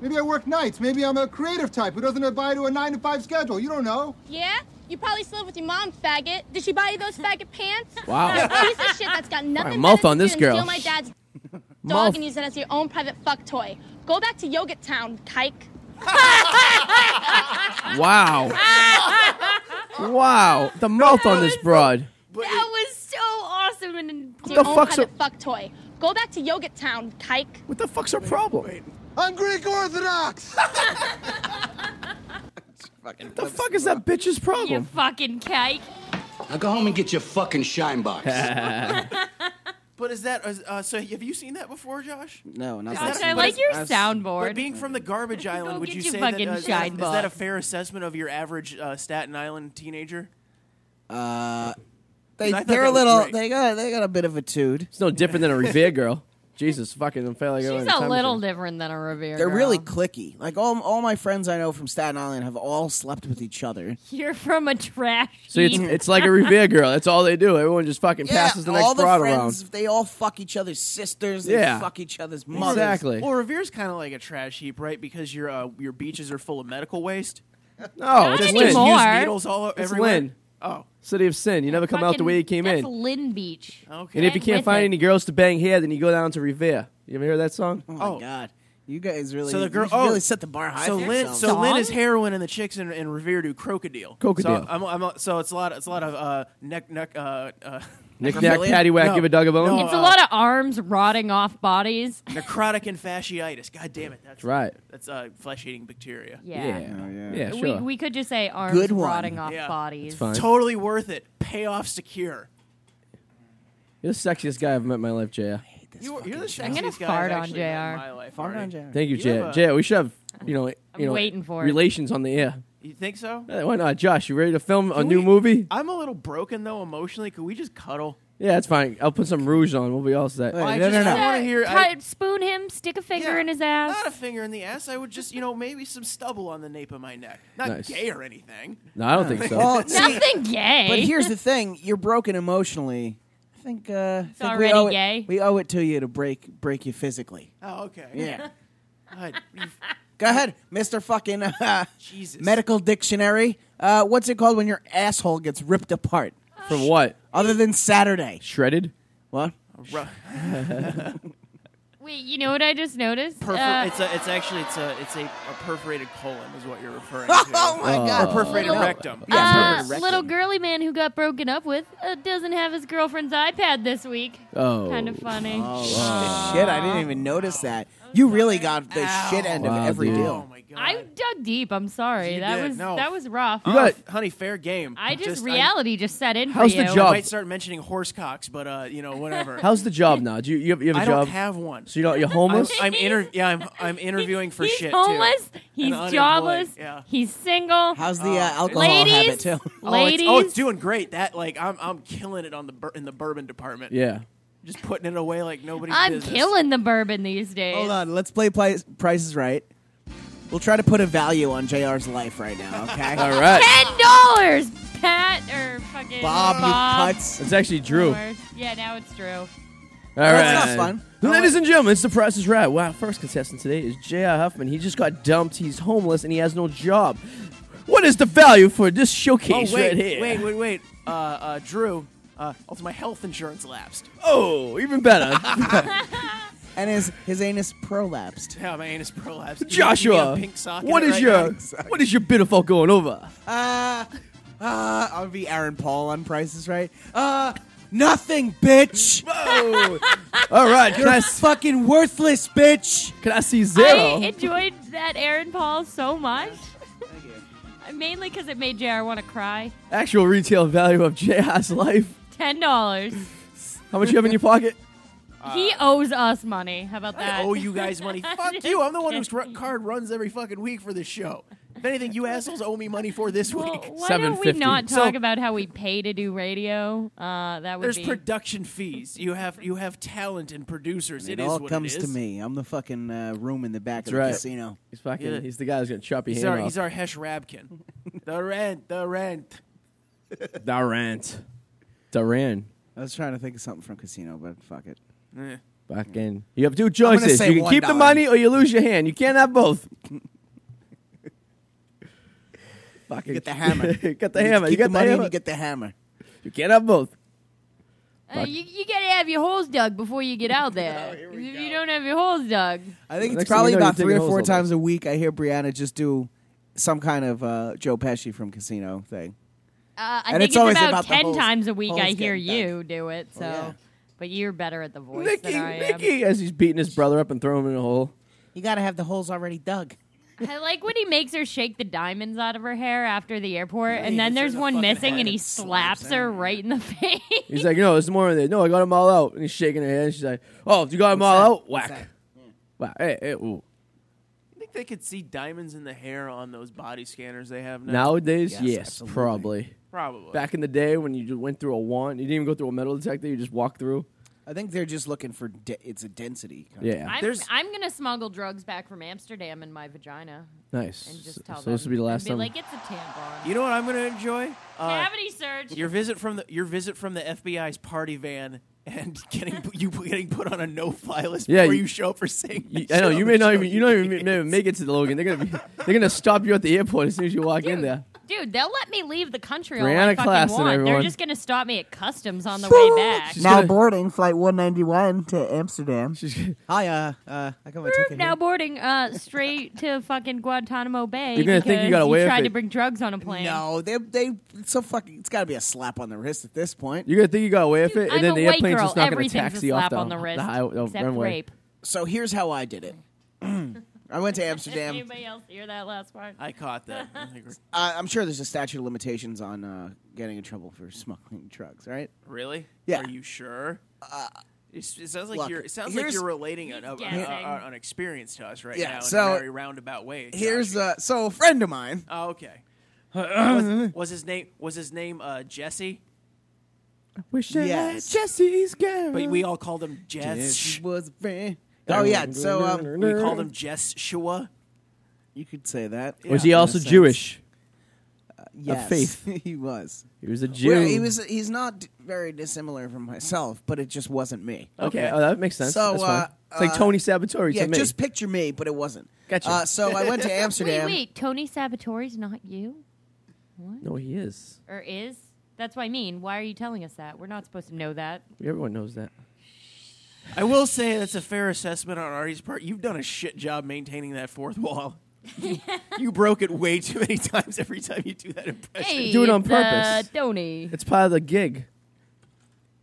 Speaker 8: Maybe I work nights. Maybe I'm a creative type who doesn't abide to a nine to five schedule. You don't know.
Speaker 7: Yeah? You probably still live with your mom, faggot. Did she buy you those faggot pants?
Speaker 3: Wow.
Speaker 7: Piece of shit that's got nothing
Speaker 3: mouth
Speaker 7: better
Speaker 3: on
Speaker 7: to do
Speaker 3: this
Speaker 7: than
Speaker 3: girl.
Speaker 7: steal my dad's
Speaker 3: Mouth.
Speaker 7: dog and use it as your own private fuck toy. Go back to Yogurt Town, kike.
Speaker 3: Wow. wow. The mouth on this broad.
Speaker 6: That was so awesome and
Speaker 7: It's your
Speaker 3: the
Speaker 7: own
Speaker 3: fuck's
Speaker 7: private fuck toy. Go back to Yogurt Town, kike.
Speaker 3: What the fuck's her problem?
Speaker 8: I'm Greek Orthodox.
Speaker 3: the fuck is that bitch's
Speaker 6: you
Speaker 3: problem?
Speaker 6: fucking cake.
Speaker 9: Now go home and get your fucking shine box.
Speaker 4: But is that is- uh, so? Have you seen that before, Josh?
Speaker 5: No, not
Speaker 4: Josh,
Speaker 5: that.
Speaker 6: I
Speaker 4: but
Speaker 6: like
Speaker 4: it's-
Speaker 6: your
Speaker 5: that's-
Speaker 4: But
Speaker 6: soundboard.
Speaker 4: being from the garbage island, would
Speaker 6: get
Speaker 4: you
Speaker 6: your
Speaker 4: say that,
Speaker 6: fucking
Speaker 4: uh, is, that,
Speaker 6: shine
Speaker 4: is that a
Speaker 6: box.
Speaker 4: fair assessment of your average uh, Staten Island teenager?
Speaker 5: They,
Speaker 4: I thought
Speaker 5: they're
Speaker 4: that
Speaker 5: a
Speaker 4: was
Speaker 5: little.
Speaker 4: great.
Speaker 5: They got. They got a bit of a toot.
Speaker 3: It's no different than a Revere girl. Jesus fucking, I'm feeling like I'm
Speaker 6: She's
Speaker 3: in
Speaker 6: a
Speaker 3: time
Speaker 6: little
Speaker 3: machine.
Speaker 6: different than a Revere.
Speaker 5: They're really
Speaker 6: girl.
Speaker 5: clicky. Like all, all my friends I know from Staten Island have all slept with each other.
Speaker 6: You're from a trash.
Speaker 3: So it's,
Speaker 6: heap.
Speaker 3: it's like a Revere girl. That's all they do. Everyone just fucking passes the next
Speaker 5: all the
Speaker 3: broad
Speaker 5: friends. They all fuck each other's sisters. They
Speaker 3: Yeah.
Speaker 5: fuck each other's
Speaker 3: around.
Speaker 5: mothers.
Speaker 3: Exactly.
Speaker 4: Well, Revere's kind of like a trash heap, right? Because your uh, your beaches are full of medical waste.
Speaker 3: no, it's
Speaker 6: Not
Speaker 3: Lynn.
Speaker 6: anymore.
Speaker 4: Used
Speaker 6: Or-
Speaker 4: needles all
Speaker 3: It's
Speaker 4: everywhere.
Speaker 3: Lynn.
Speaker 4: Oh,
Speaker 3: City of Sin. You never come out the
Speaker 6: Fucking-
Speaker 3: way you came
Speaker 6: that's
Speaker 3: in.
Speaker 6: Lynn Beach.
Speaker 4: okay.
Speaker 3: and if you
Speaker 6: Red
Speaker 3: can't
Speaker 6: with
Speaker 3: find
Speaker 6: it.
Speaker 3: any girls to bang here, then you go down to Revere. You ever hear that song?
Speaker 5: Oh, my
Speaker 4: Oh.
Speaker 5: god, you guys really.
Speaker 4: So the girl-
Speaker 5: you really
Speaker 4: oh.
Speaker 5: set the bar high.
Speaker 4: so
Speaker 5: for
Speaker 4: Lynn,
Speaker 5: yourselves.
Speaker 4: so Lynn is
Speaker 6: Song?
Speaker 4: heroin, and the chicks in, in Revere do crocodile.
Speaker 3: Crocodile.
Speaker 4: So, I'm, I'm, so it's a lot. It's a lot of uh, neck, neck. Uh, uh,
Speaker 3: Knick knack,
Speaker 5: Really?
Speaker 3: paddywhack,
Speaker 4: No.
Speaker 3: give a dog a bone.
Speaker 4: No,
Speaker 6: It's
Speaker 4: uh,
Speaker 6: a lot of arms rotting off bodies.
Speaker 4: necrotic and fasciitis. God damn it, that's
Speaker 3: right.
Speaker 4: That's uh, flesh-eating bacteria.
Speaker 3: Yeah.
Speaker 6: Yeah.
Speaker 3: Yeah,
Speaker 6: We,
Speaker 3: sure.
Speaker 6: we could just say arms
Speaker 5: Good one.
Speaker 6: rotting off
Speaker 4: Yeah.
Speaker 6: bodies.
Speaker 3: fine.
Speaker 4: Totally worth it. Payoff secure.
Speaker 3: You're the sexiest guy I've met in my life, JR.
Speaker 4: You, are the sexiest
Speaker 6: I'm gonna
Speaker 4: guy
Speaker 6: fart
Speaker 4: I've
Speaker 6: on
Speaker 4: actually met in
Speaker 6: JR.
Speaker 4: my life,
Speaker 5: Fart
Speaker 4: Artie.
Speaker 5: on Jared.
Speaker 3: Thank you,
Speaker 4: You have
Speaker 3: JR.
Speaker 4: a-
Speaker 3: JR, we should have, you know, you know
Speaker 6: waiting for it.
Speaker 3: relations on the air.
Speaker 4: You think so?
Speaker 3: Hey, Why not? Josh, you ready to film a
Speaker 4: Can
Speaker 3: new
Speaker 4: we-
Speaker 3: movie?
Speaker 4: I'm a little broken though emotionally. Could we just cuddle?
Speaker 3: Yeah, that's fine. I'll put some rouge on. We'll be all set.
Speaker 5: Wait.
Speaker 4: I
Speaker 5: no,
Speaker 4: just
Speaker 5: no, no.
Speaker 4: I want to hear.
Speaker 6: Uh, Cut-
Speaker 4: I,
Speaker 6: spoon him, stick a finger
Speaker 4: Yeah.
Speaker 6: in his ass.
Speaker 4: Not a finger in the ass. I would just, you know, maybe some stubble on the nape of my neck. Not
Speaker 3: Nice.
Speaker 4: gay or anything.
Speaker 3: No, I don't think so.
Speaker 5: Well, see,
Speaker 6: Nothing gay.
Speaker 5: but here's the thing: you're broken emotionally. I think. Uh, it's
Speaker 6: already
Speaker 5: we owe it,
Speaker 6: gay.
Speaker 5: We owe it to you to break break you physically.
Speaker 4: Oh, okay.
Speaker 5: Yeah.
Speaker 4: God, you-
Speaker 5: Go ahead, Mister Fucking uh,
Speaker 4: Jesus.
Speaker 5: Medical Dictionary. Uh, what's it called when your asshole gets ripped apart?
Speaker 3: From what?
Speaker 5: Other than Saturday,
Speaker 3: Shredded?
Speaker 5: what?
Speaker 6: Uh,
Speaker 4: Ru-
Speaker 6: Wait, you know what I just noticed?
Speaker 4: perfor-
Speaker 6: Uh,
Speaker 4: it's a, it's actually, it's a, it's a, a perforated colon is what you're referring to.
Speaker 5: Oh my god!
Speaker 4: Or perforated rectum.
Speaker 6: uh,
Speaker 5: Perforated rectum.
Speaker 6: little girly man who got broken up with uh, doesn't have his girlfriend's iPad this week.
Speaker 3: Oh.
Speaker 6: Kind of funny.
Speaker 5: Shit, I didn't even notice that. You really got the shit end
Speaker 3: Wow,
Speaker 5: of every
Speaker 3: dude.
Speaker 4: Oh
Speaker 5: deal.
Speaker 4: my god.
Speaker 6: I dug deep. I'm sorry.
Speaker 4: You
Speaker 6: that
Speaker 4: did,
Speaker 6: was
Speaker 4: no.
Speaker 6: that was rough.
Speaker 3: You got-
Speaker 4: Oh, honey, fair game.
Speaker 6: I just,
Speaker 4: I-
Speaker 6: reality just set in
Speaker 3: How's
Speaker 6: for
Speaker 3: the
Speaker 6: you.
Speaker 4: I
Speaker 3: job?
Speaker 4: might start mentioning horse cocks, but uh, you know, whatever.
Speaker 3: How's the job now? Do you, you have, you have a
Speaker 4: I
Speaker 3: job?
Speaker 4: don't have one.
Speaker 3: so you don't, you're
Speaker 4: I'm,
Speaker 3: homeless?
Speaker 4: I'm inter- yeah, I'm I'm interviewing for
Speaker 6: he's
Speaker 4: shit
Speaker 6: homeless.
Speaker 4: too.
Speaker 6: He's
Speaker 4: And unemployed,
Speaker 6: jobless.
Speaker 4: yeah.
Speaker 6: He's single.
Speaker 5: How's the uh, alcohol habit
Speaker 6: ladies,
Speaker 5: too?
Speaker 6: ladies.
Speaker 4: Oh, it's, oh, it's doing great. That like I'm I'm killing it on the bur- in the bourbon department.
Speaker 3: yeah.
Speaker 4: just putting it away like nobody's
Speaker 6: I'm
Speaker 4: business.
Speaker 6: killing the bourbon these days.
Speaker 5: Hold on, let's play Price, Price is Right. We'll try to put a value on JR's life right now, okay?
Speaker 3: All right.
Speaker 6: Ten dollars, Pat or fucking
Speaker 5: Bob, you cuts.
Speaker 3: It's actually Drew. All right.
Speaker 6: Or- Yeah, now it's Drew.
Speaker 5: That's not fun.
Speaker 3: Ladies and gentlemen, it's the Price is Right. Wow, first contestant today is J.R. Huffman. He just got dumped. He's homeless and he has no job. What is the value for this
Speaker 4: Oh
Speaker 3: showcase
Speaker 4: wait,
Speaker 3: right here?
Speaker 4: wait, wait, wait. Uh, uh, Drew. Uh, also, my health insurance lapsed.
Speaker 3: Oh, even better.
Speaker 5: And his his anus prolapsed.
Speaker 4: Yeah, my anus prolapsed. You- you need
Speaker 3: Joshua,
Speaker 4: a pink sock in
Speaker 3: what
Speaker 4: it
Speaker 3: is
Speaker 4: right
Speaker 3: your
Speaker 4: now?
Speaker 3: what is your beautiful going over?
Speaker 5: Uh, uh, I'll be Aaron Paul on Price is Right. Uh, nothing, bitch.
Speaker 4: Oh.
Speaker 3: All right, can I,
Speaker 5: You're fucking worthless, bitch.
Speaker 3: can I see
Speaker 6: I
Speaker 3: zero?
Speaker 6: enjoyed that Aaron Paul so much. Mainly because it made JR want to cry.
Speaker 3: Actual retail value of J.R.'s life.
Speaker 6: Ten dollars.
Speaker 3: How much you have in your pocket?
Speaker 6: he owes us money. How about
Speaker 4: Uh, I
Speaker 6: that?
Speaker 4: owe you guys money. Fuck you! I'm the one whose ru- card runs every fucking week for this show. If anything, you assholes owe me money for this
Speaker 6: Well,
Speaker 4: week.
Speaker 6: why don't we
Speaker 3: 750.
Speaker 6: not
Speaker 4: So-
Speaker 6: talk about how we pay to do radio? Uh, that would
Speaker 4: There's
Speaker 6: be.
Speaker 4: production fees. You have you have talent and producers.
Speaker 5: It,
Speaker 4: is
Speaker 5: all
Speaker 4: what
Speaker 5: comes
Speaker 4: it
Speaker 5: to
Speaker 4: is.
Speaker 5: me. I'm the fucking uh, room in the back of
Speaker 3: right.
Speaker 5: the casino.
Speaker 3: He's fucking.
Speaker 4: Yeah.
Speaker 3: He's the guy who's gonna chop your
Speaker 4: He's
Speaker 3: hand
Speaker 4: our,
Speaker 3: off.
Speaker 4: he's our Hesh Rabkin. the rent, the rent.
Speaker 3: Durant. Durant.
Speaker 5: I was trying to think of something from casino, but fuck it.
Speaker 4: Eh.
Speaker 3: Fucking. You have two
Speaker 5: gonna
Speaker 3: choices.
Speaker 5: say
Speaker 3: You can keep the
Speaker 5: $1.
Speaker 3: money or you lose your hand. You can't have both. Fucking
Speaker 5: Get the hammer.
Speaker 3: get the
Speaker 5: You
Speaker 3: hammer.
Speaker 5: Keep
Speaker 3: You
Speaker 5: the
Speaker 3: got the
Speaker 5: money and
Speaker 3: hammer.
Speaker 5: you get the hammer.
Speaker 3: You can't have both.
Speaker 6: Uh, you, you gotta have your holes dug before you get out there. if you don't have your holes dug,
Speaker 5: I think
Speaker 3: Next
Speaker 5: it's
Speaker 3: thing
Speaker 5: probably
Speaker 3: you know,
Speaker 5: about
Speaker 3: you're
Speaker 5: three
Speaker 3: digging
Speaker 5: or
Speaker 3: holes
Speaker 5: four
Speaker 3: all day.
Speaker 5: times a week. I hear Brianna just do some kind of uh, Joe Pesci from Casino thing.
Speaker 6: uh, I
Speaker 5: And
Speaker 6: think
Speaker 5: it's
Speaker 6: it's,
Speaker 5: always
Speaker 6: about,
Speaker 5: about the
Speaker 6: ten
Speaker 5: holes-
Speaker 6: times a week
Speaker 5: holes
Speaker 6: I hear
Speaker 5: getting dug.
Speaker 6: you do it. So,
Speaker 5: yeah.
Speaker 6: but you're better at the voice
Speaker 3: Nicky,
Speaker 6: than I am.
Speaker 3: Nicky, as he's beating his brother up and throwing him in a hole.
Speaker 5: You got to have the holes already dug.
Speaker 6: I like when he makes her shake the diamonds out of her hair after the airport, and then
Speaker 4: hits her in
Speaker 6: there's
Speaker 4: the
Speaker 6: one
Speaker 4: fucking
Speaker 6: missing,
Speaker 4: head
Speaker 6: and he
Speaker 4: and
Speaker 6: slaps, her right in the face.
Speaker 3: He's like, no, there's more in there. No, I got them all out. And he's shaking her head. She's like, oh, you got them all out? Whack. Whack. Hey, hey, ooh.
Speaker 4: I think they could see diamonds in the hair on those body scanners they have now.
Speaker 3: Nowadays, yes,
Speaker 5: Yes, absolutely.
Speaker 3: probably.
Speaker 4: Probably.
Speaker 3: Back in the day when you just went through a wand, you didn't even go through a metal detector, you just walked through.
Speaker 5: I think they're just looking for de- it's a density. kind of-
Speaker 3: Yeah.
Speaker 6: I'm,
Speaker 4: There's-
Speaker 6: I'm gonna smuggle drugs back from Amsterdam in my vagina
Speaker 3: nice.
Speaker 6: and just
Speaker 3: So-
Speaker 6: tell
Speaker 3: so
Speaker 6: them.
Speaker 3: this will be the
Speaker 6: and
Speaker 3: last time.
Speaker 6: Like it's a tampon.
Speaker 4: You know what I'm going to enjoy? Uh,
Speaker 6: Cavity search.
Speaker 4: your visit from the your visit from the FBI's party van and getting you getting put on a no-fly list
Speaker 3: Yeah,
Speaker 4: before
Speaker 3: you-
Speaker 4: you, show up for saying.
Speaker 3: You-
Speaker 4: that
Speaker 3: I know
Speaker 4: shit
Speaker 3: you
Speaker 4: on
Speaker 3: may
Speaker 4: the
Speaker 3: not
Speaker 4: show
Speaker 3: even you don't even may make it to the Logan. They're gonna be they're gonna stop you at the airport as soon as you walk in
Speaker 6: Dude,
Speaker 3: there.
Speaker 6: dude, they'll let me leave the country all
Speaker 3: Brianna
Speaker 6: I fucking
Speaker 3: Classen,
Speaker 6: want.
Speaker 3: everyone.
Speaker 6: They're just gonna stop me at customs on the way back.
Speaker 3: She's gonna-
Speaker 5: boarding flight 191 to Amsterdam.
Speaker 3: she's gonna-
Speaker 5: Hi, uh, uh, I got my ticket.
Speaker 6: Now
Speaker 5: here.
Speaker 6: boarding uh, straight to fucking Guantanamo Bay.
Speaker 3: You're gonna think you
Speaker 6: because
Speaker 3: got away with
Speaker 6: tried
Speaker 3: it.
Speaker 6: to bring drugs on a plane.
Speaker 5: No, they they it's so fucking. It's got to be a slap on the wrist at this point.
Speaker 3: You're gonna think you got away with
Speaker 6: Dude,
Speaker 3: it,
Speaker 6: I'm
Speaker 3: and then
Speaker 6: a
Speaker 3: the
Speaker 6: white
Speaker 3: airplane's
Speaker 6: girl.
Speaker 3: just not gonna
Speaker 6: Everything's
Speaker 3: taxi
Speaker 6: a slap
Speaker 3: off the,
Speaker 6: on the wrist,
Speaker 3: high, uh,
Speaker 6: except
Speaker 3: runway.
Speaker 6: rape.
Speaker 5: So here's how I did it. I went to Amsterdam.
Speaker 6: Anybody else hear that last part?
Speaker 4: I caught that. I think we're-
Speaker 5: Uh, I'm sure there's a statute of limitations on uh, getting in trouble for smuggling drugs, right?
Speaker 4: Really?
Speaker 5: Yeah.
Speaker 4: Are you sure? It's- it sounds like
Speaker 5: look,
Speaker 4: you're. It sounds like
Speaker 5: here's-
Speaker 4: you're relating an, a- a-
Speaker 6: guessing.
Speaker 4: a- an experience to us right
Speaker 5: Yeah,
Speaker 4: now in
Speaker 5: so
Speaker 4: a very roundabout way.
Speaker 5: Here's
Speaker 4: Josh.
Speaker 5: uh, so a friend of mine.
Speaker 4: Oh, okay. was, was his name? Was his name uh, Jesse?
Speaker 3: Wish I had
Speaker 5: Yes.
Speaker 3: Jesse's girl.
Speaker 4: But
Speaker 6: Mm-hmm.
Speaker 4: we all called him Jess.
Speaker 5: was a friend. Oh yeah, so um,
Speaker 4: We called him Jeshua.
Speaker 5: you could say that.
Speaker 3: Was he also Jewish?
Speaker 5: Yes,
Speaker 3: faith.
Speaker 5: he was.
Speaker 3: He was a Jew.
Speaker 5: Well, he was. He's not d- very dissimilar from myself, but it just wasn't me.
Speaker 3: Okay, oh, that makes sense.
Speaker 5: So,
Speaker 3: That's fine.
Speaker 5: uh,
Speaker 3: it's like
Speaker 5: uh,
Speaker 3: Tony Sabatore
Speaker 5: yeah,
Speaker 3: to me.
Speaker 5: just picture me, but it wasn't.
Speaker 3: Gotcha.
Speaker 5: Uh, so I went to
Speaker 6: Wait,
Speaker 5: Amsterdam.
Speaker 6: wait. Tony Sabatore's not you,
Speaker 3: no, he is.
Speaker 6: or is? That's what I mean. Why are you telling us that? We're not supposed to know that.
Speaker 3: Everyone knows that.
Speaker 4: I will say that's a fair assessment on Artie's part. You've done a shit job maintaining that fourth wall. you, you broke it way too many times every time you do that impression.
Speaker 6: Hey,
Speaker 3: do it on
Speaker 6: it's, uh,
Speaker 3: purpose.
Speaker 6: Tony.
Speaker 3: It's part of the gig.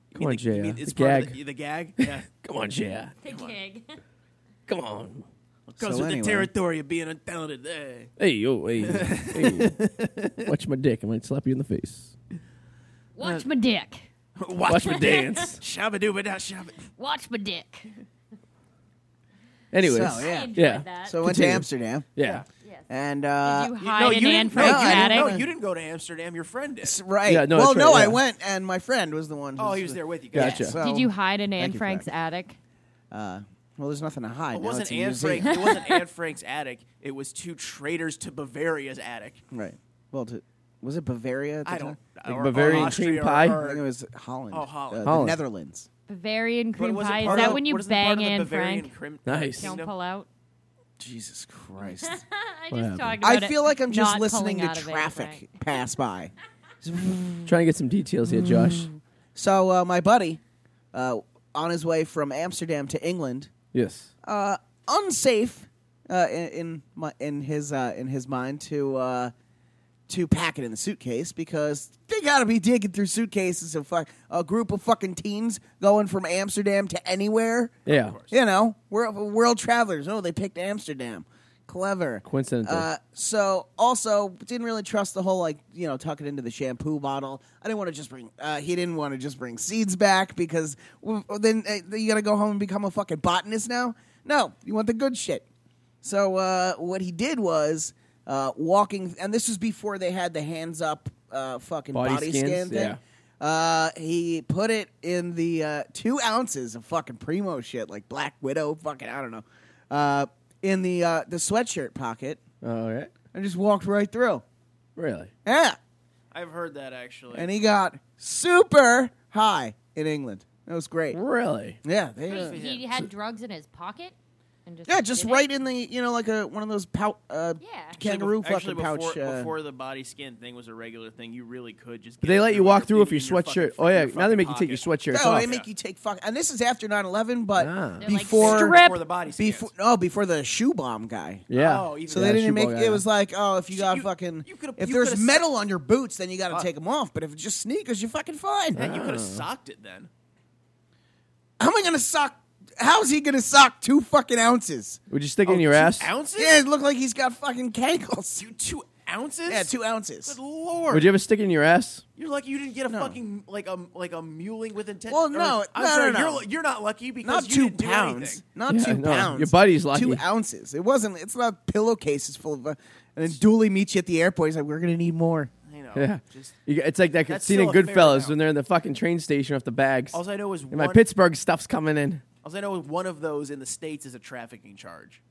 Speaker 4: You
Speaker 3: Come on,
Speaker 4: mean the- you
Speaker 3: JR.
Speaker 4: mean
Speaker 3: The
Speaker 4: It's part
Speaker 3: gag.
Speaker 4: of The, the gag. Yeah,
Speaker 3: Come on, JR.
Speaker 6: The gig.
Speaker 3: Come on.
Speaker 4: comes
Speaker 5: So
Speaker 4: with
Speaker 5: anyway.
Speaker 4: the territory of being untalented. Eh.
Speaker 3: Hey, yo, hey. hey. Watch my dick. I might slap you in the face.
Speaker 6: Watch my dick.
Speaker 3: Watch my dance.
Speaker 4: Shabadooba da shabba.
Speaker 6: Watch my dick.
Speaker 3: Anyways.
Speaker 5: So
Speaker 6: I
Speaker 5: yeah,
Speaker 6: enjoyed
Speaker 3: Oh, Yeah.
Speaker 6: that.
Speaker 5: so I went to
Speaker 3: Continue.
Speaker 5: Amsterdam
Speaker 3: Yeah.
Speaker 6: yes.
Speaker 5: and uh,
Speaker 6: Did you
Speaker 4: no,
Speaker 6: hide
Speaker 4: you
Speaker 6: an
Speaker 4: didn't-
Speaker 6: and
Speaker 4: no,
Speaker 6: from
Speaker 4: you
Speaker 6: a
Speaker 5: I didn't
Speaker 6: attic?
Speaker 4: No, you didn't go to Amsterdam. Your friend did.
Speaker 5: s- right.
Speaker 3: Yeah, no,
Speaker 5: well,
Speaker 3: that's
Speaker 5: no,
Speaker 3: right,
Speaker 5: I
Speaker 3: yeah.
Speaker 5: went, and my friend was the one. Who
Speaker 4: Oh, he was there with you.
Speaker 5: Yeah,
Speaker 4: guys.
Speaker 3: Gotcha.
Speaker 5: so,
Speaker 6: Did you hide in Anne
Speaker 5: you,
Speaker 6: Frank's
Speaker 5: Frank.
Speaker 6: attic?
Speaker 5: Uh, well, there's nothing to hide.
Speaker 4: It
Speaker 5: now
Speaker 4: wasn't
Speaker 5: it's a
Speaker 4: Anne
Speaker 5: museum.
Speaker 4: Frank. It wasn't Anne Frank's attic. It was two traitors to Bavaria's attic.
Speaker 5: Right. Well, to, was it Bavaria? At the
Speaker 4: I
Speaker 5: time?
Speaker 4: don't.
Speaker 3: Like
Speaker 4: or- or
Speaker 3: Bavarian
Speaker 4: Austria
Speaker 3: cream
Speaker 4: or-
Speaker 3: pie?
Speaker 5: I think it
Speaker 4: or-
Speaker 5: was Holland.
Speaker 4: Oh, Holland.
Speaker 5: Uh,
Speaker 3: Holland.
Speaker 5: The Netherlands.
Speaker 6: Bavarian
Speaker 4: but
Speaker 6: cream
Speaker 4: was it
Speaker 6: pie. Is
Speaker 4: part
Speaker 6: that
Speaker 4: of-
Speaker 6: when you
Speaker 4: wasn't it part
Speaker 6: bang
Speaker 4: of the
Speaker 6: Anne
Speaker 4: Bavarian
Speaker 6: Frank?
Speaker 4: Crim-
Speaker 3: Nice.
Speaker 6: Don't
Speaker 4: Kingdom?
Speaker 6: pull out.
Speaker 5: Jesus Christ.
Speaker 6: I
Speaker 3: What
Speaker 6: just
Speaker 3: happened?
Speaker 6: talked
Speaker 5: I
Speaker 6: about
Speaker 5: feel
Speaker 6: it
Speaker 5: like I'm just
Speaker 6: not
Speaker 5: listening
Speaker 6: pulling
Speaker 5: to
Speaker 6: out of Anne
Speaker 5: traffic
Speaker 6: Frank.
Speaker 5: pass by.
Speaker 3: Trying to get some details here, Josh.
Speaker 5: So uh, my buddy, uh, on his way from Amsterdam to England,
Speaker 3: yes.
Speaker 5: uh, unsafe uh, in in, my, in his uh, in his mind to uh, to pack it in the suitcase because they gotta be digging through suitcases of fuck a group of fucking teens going from Amsterdam to anywhere.
Speaker 3: yeah.
Speaker 5: You know, we're world travelers. Oh, they picked Amsterdam. Clever.
Speaker 3: Coincidental.
Speaker 5: Uh, so also didn't really trust the whole like you know tuck it into the shampoo bottle. I didn't want to just bring. Uh, he didn't want to just bring seeds back because w- then uh, you got to go home and become a fucking botanist now. No, you want the good shit. So uh, what he did was uh, walking, and this was before they had the hands up uh, fucking
Speaker 3: Body
Speaker 5: body,
Speaker 3: scans,
Speaker 5: scan thing.
Speaker 3: yeah.
Speaker 5: Uh, he put it in the uh, two ounces of fucking primo shit, like Black Widow, fucking I don't know, uh, in the uh, the sweatshirt pocket,
Speaker 3: All right.
Speaker 5: and just walked right through.
Speaker 3: Really?
Speaker 5: Yeah,
Speaker 4: I've heard that actually.
Speaker 5: and he got super high in England. That was great.
Speaker 3: Really?
Speaker 5: Yeah, they,
Speaker 6: He, he had drugs in his pocket. And just
Speaker 5: yeah, just
Speaker 6: did it?
Speaker 5: right in the you know like a one of those pout uh,
Speaker 6: Yeah.
Speaker 5: kangaroo
Speaker 4: actually,
Speaker 5: fucking
Speaker 4: before,
Speaker 5: pouch. uh,
Speaker 4: before the body skin thing was a regular thing, you really could just.
Speaker 3: But
Speaker 4: Get
Speaker 3: they let you walk through
Speaker 4: in-
Speaker 3: with your
Speaker 4: in fucking-
Speaker 3: sweatshirt.
Speaker 4: in
Speaker 3: Oh yeah,
Speaker 4: your
Speaker 3: now they
Speaker 4: fucking
Speaker 3: make you take your
Speaker 4: pocket.
Speaker 3: sweatshirt
Speaker 5: No,
Speaker 3: off.
Speaker 5: they make you take fuck. And this is after 9-11, but
Speaker 3: Ah. They're
Speaker 6: like,
Speaker 5: before
Speaker 6: strip.
Speaker 4: Before the body skin.
Speaker 5: before no before the shoe bomb guy.
Speaker 3: Yeah.
Speaker 4: Oh, even
Speaker 5: So
Speaker 4: Yeah,
Speaker 5: they
Speaker 3: shoe
Speaker 5: didn't make
Speaker 3: ball,
Speaker 5: it.
Speaker 3: yeah.
Speaker 5: Was like oh, if you got
Speaker 4: you-
Speaker 5: fucking
Speaker 4: you could've-
Speaker 5: if
Speaker 4: you
Speaker 5: there's
Speaker 4: could've
Speaker 5: metal on your boots, then you got to 'em
Speaker 4: Fuck.
Speaker 5: take them off. But if it's just sneakers, you're fucking fine.
Speaker 4: Yeah, you could have socked it then.
Speaker 5: How am I gonna sock? How's he gonna sock two fucking ounces?
Speaker 3: Would you stick it in your ass?
Speaker 4: Ounces?
Speaker 5: Yeah, it looked like he's got fucking cankles.
Speaker 4: Dude, two ounces?
Speaker 5: Yeah, two ounces.
Speaker 4: Good lord.
Speaker 3: Would you ever stick it in your ass?
Speaker 4: You're lucky you didn't get a fucking like a like a muling with intent.
Speaker 5: Well,
Speaker 4: or-
Speaker 5: no,
Speaker 4: I'm
Speaker 5: no, no,
Speaker 4: sorry,
Speaker 5: no.
Speaker 4: You're, you're not lucky because
Speaker 5: Not
Speaker 4: you
Speaker 5: two
Speaker 4: didn't do
Speaker 5: pounds.
Speaker 4: anything.
Speaker 5: Not
Speaker 3: Yeah,
Speaker 5: two
Speaker 3: no,
Speaker 5: pounds.
Speaker 3: your buddy's lucky.
Speaker 5: Two ounces. It wasn't. It's not pillowcases full of. Uh, and then Dooley meets you at the airport. He's like, "We're gonna need more."
Speaker 4: I know.
Speaker 3: Yeah.
Speaker 4: Just
Speaker 3: You g- It's like that
Speaker 4: That's
Speaker 3: scene in
Speaker 4: still a fair
Speaker 3: Goodfellas
Speaker 4: amount.
Speaker 3: when they're in the fucking train station off the bags.
Speaker 4: all I know is
Speaker 3: and my
Speaker 4: one.
Speaker 3: Pittsburgh stuff's coming in.
Speaker 4: All I know is one of those in the states is a trafficking charge.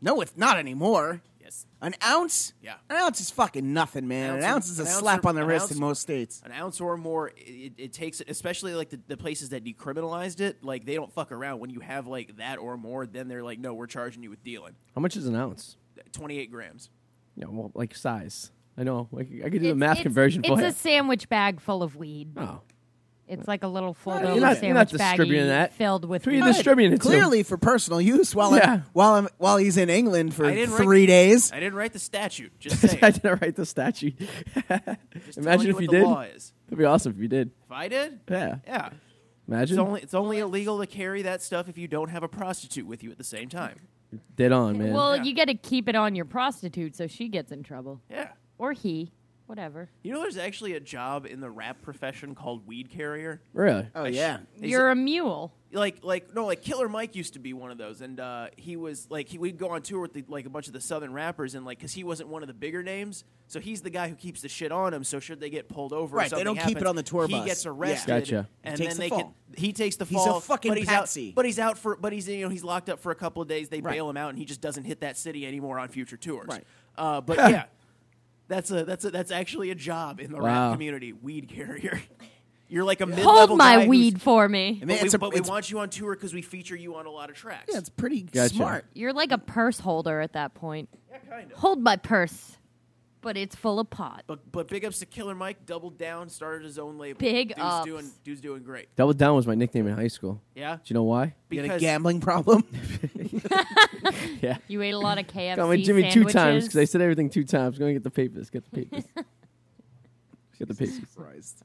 Speaker 5: No, it's not anymore.
Speaker 4: Yes.
Speaker 5: An ounce?
Speaker 4: Yeah.
Speaker 5: An ounce is fucking nothing, man. An ounce,
Speaker 4: An ounce-
Speaker 5: is a
Speaker 4: an ounce
Speaker 5: slap
Speaker 4: or-
Speaker 5: on the
Speaker 4: an
Speaker 5: wrist
Speaker 4: ounce-
Speaker 5: in most states.
Speaker 4: An ounce or more, it, it, it takes, especially like the, the places that decriminalized it, like they don't fuck around. When you have like that or more, then they're like, no, we're charging you with dealing.
Speaker 3: How much is an ounce?
Speaker 4: 28 grams.
Speaker 3: You know, well, like size. I know. Like, I could do the
Speaker 6: It's-
Speaker 3: math
Speaker 6: it's-
Speaker 3: conversion for
Speaker 6: It's
Speaker 3: you.
Speaker 6: a sandwich bag full of weed.
Speaker 3: oh.
Speaker 6: It's like a little full
Speaker 3: you're
Speaker 6: over
Speaker 3: not-
Speaker 6: sandwich
Speaker 3: you're not
Speaker 6: baggie
Speaker 3: distributing that.
Speaker 6: filled with
Speaker 3: Who you
Speaker 6: weed.
Speaker 3: dis- distributing it to
Speaker 5: Clearly for personal use while
Speaker 3: Yeah.
Speaker 5: I'm, while I'm while he's in England for
Speaker 4: I didn't write-
Speaker 5: three days.
Speaker 4: I didn't write the statute. Just
Speaker 3: I
Speaker 4: saying.
Speaker 3: didn't write the statue.
Speaker 4: Just telling
Speaker 3: Imagine if
Speaker 4: what
Speaker 3: you
Speaker 4: the
Speaker 3: did.
Speaker 4: law is.
Speaker 3: That'd be awesome if you did.
Speaker 4: If I did,
Speaker 3: Yeah.
Speaker 4: yeah.
Speaker 3: Imagine.
Speaker 4: It's only it's only illegal to carry that stuff if you don't have a prostitute with you at the same time.
Speaker 3: Dead on, man.
Speaker 6: well,
Speaker 4: Yeah.
Speaker 6: you got to keep it on your prostitute so she gets in trouble
Speaker 4: Yeah.
Speaker 6: or he, whatever.
Speaker 4: You know, there's actually a job in the rap profession called weed carrier.
Speaker 3: really?
Speaker 5: Oh yeah.
Speaker 6: You're a mule.
Speaker 4: like like no like killer mike used to be one of those and uh, he was like he, we'd go on tour with the, like a bunch of the southern rappers and like because he wasn't one of the bigger names so he's the guy who keeps the shit on him so should they get pulled over or
Speaker 5: Right, they
Speaker 4: something
Speaker 5: don't keep it
Speaker 4: happens,
Speaker 5: on the tour
Speaker 4: he
Speaker 5: bus.
Speaker 4: gets
Speaker 5: Yeah.
Speaker 4: arrested
Speaker 3: Gotcha.
Speaker 4: and
Speaker 5: He takes
Speaker 4: then
Speaker 5: the
Speaker 4: they
Speaker 5: fall.
Speaker 4: Can, he takes the
Speaker 5: He's a
Speaker 4: fall
Speaker 5: fucking
Speaker 4: but he's
Speaker 5: patsy.
Speaker 4: out but he's out for but he's you know he's locked up for a couple of days they
Speaker 5: Right.
Speaker 4: bail him out and he just doesn't hit that city anymore on future tours
Speaker 5: Right.
Speaker 4: uh, but yeah that's a that's a that's actually a job in the
Speaker 3: Wow.
Speaker 4: rap community weed carrier you're like a mid-level
Speaker 6: Hold
Speaker 4: guy
Speaker 6: my
Speaker 4: who's-
Speaker 6: weed for me.
Speaker 5: Man,
Speaker 4: but,
Speaker 5: it's
Speaker 4: we,
Speaker 5: a-
Speaker 4: but we
Speaker 5: it's-
Speaker 4: want you on tour because we feature you on a lot of tracks.
Speaker 5: Yeah, it's pretty
Speaker 3: Gotcha.
Speaker 5: smart.
Speaker 6: You're like a purse holder at that point.
Speaker 4: kind of.
Speaker 6: Hold my purse, but it's full of pot.
Speaker 4: But but big ups to Killer Mike. Doubled down, started his own label.
Speaker 6: Big
Speaker 4: dude's
Speaker 6: ups.
Speaker 4: Doing, dude's doing great.
Speaker 3: Double Down was my nickname in high school.
Speaker 4: Yeah,
Speaker 3: Do you know why?
Speaker 5: You got a
Speaker 4: because
Speaker 5: gambling problem?
Speaker 6: You ate a lot of KFC
Speaker 3: Got my Jimmy two times because I
Speaker 6: sandwiches.
Speaker 3: said everything two times. Going to get the papers. Get the papers. get the papers.
Speaker 5: Christ.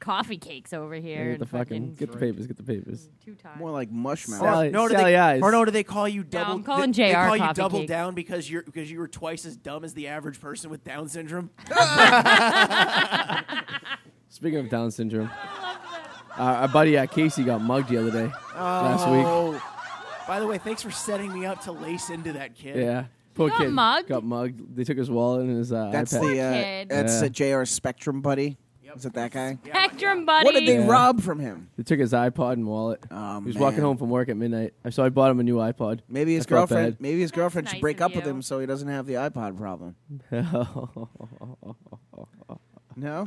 Speaker 6: coffee cakes over here.
Speaker 3: Get
Speaker 6: and
Speaker 3: the fucking. Get the papers. Get the papers.
Speaker 6: two times.
Speaker 5: More like mushmouth.
Speaker 3: Sally-
Speaker 4: no, do
Speaker 3: Sally
Speaker 4: they,
Speaker 3: Eyes.
Speaker 4: or no, do they call you double?
Speaker 6: I'm calling
Speaker 4: they, they
Speaker 6: JR
Speaker 4: call you
Speaker 6: coffee
Speaker 4: double
Speaker 6: cake.
Speaker 4: down because you're because you were twice as dumb as the average person with Down syndrome.
Speaker 3: Speaking of Down syndrome, uh, our buddy uh, Casey got mugged the other day last week.
Speaker 4: Oh, by the way, thanks for setting me up to lace into that kid.
Speaker 3: Yeah, poor
Speaker 6: got
Speaker 3: kid
Speaker 6: mugged?
Speaker 3: got mugged. They took his wallet and his uh,
Speaker 5: That's
Speaker 3: iPad.
Speaker 5: the uh,
Speaker 6: kid.
Speaker 5: that's
Speaker 3: Yeah.
Speaker 5: the JR Spectrum buddy.
Speaker 4: Yep.
Speaker 5: Is it that guy?
Speaker 4: Yeah, my
Speaker 6: Spectrum
Speaker 4: God.
Speaker 6: buddy.
Speaker 5: What did they
Speaker 3: Yeah.
Speaker 5: rob from him?
Speaker 3: They took his iPod and wallet.
Speaker 5: Oh,
Speaker 3: he was walking
Speaker 5: man.
Speaker 3: home from work at midnight, so I bought him a new iPod.
Speaker 5: Maybe his
Speaker 3: I felt
Speaker 5: girlfriend.
Speaker 3: bad.
Speaker 5: Maybe his girlfriend should
Speaker 6: nice
Speaker 5: break
Speaker 6: of
Speaker 5: up with
Speaker 6: you.
Speaker 5: him so he doesn't have the iPod problem. No,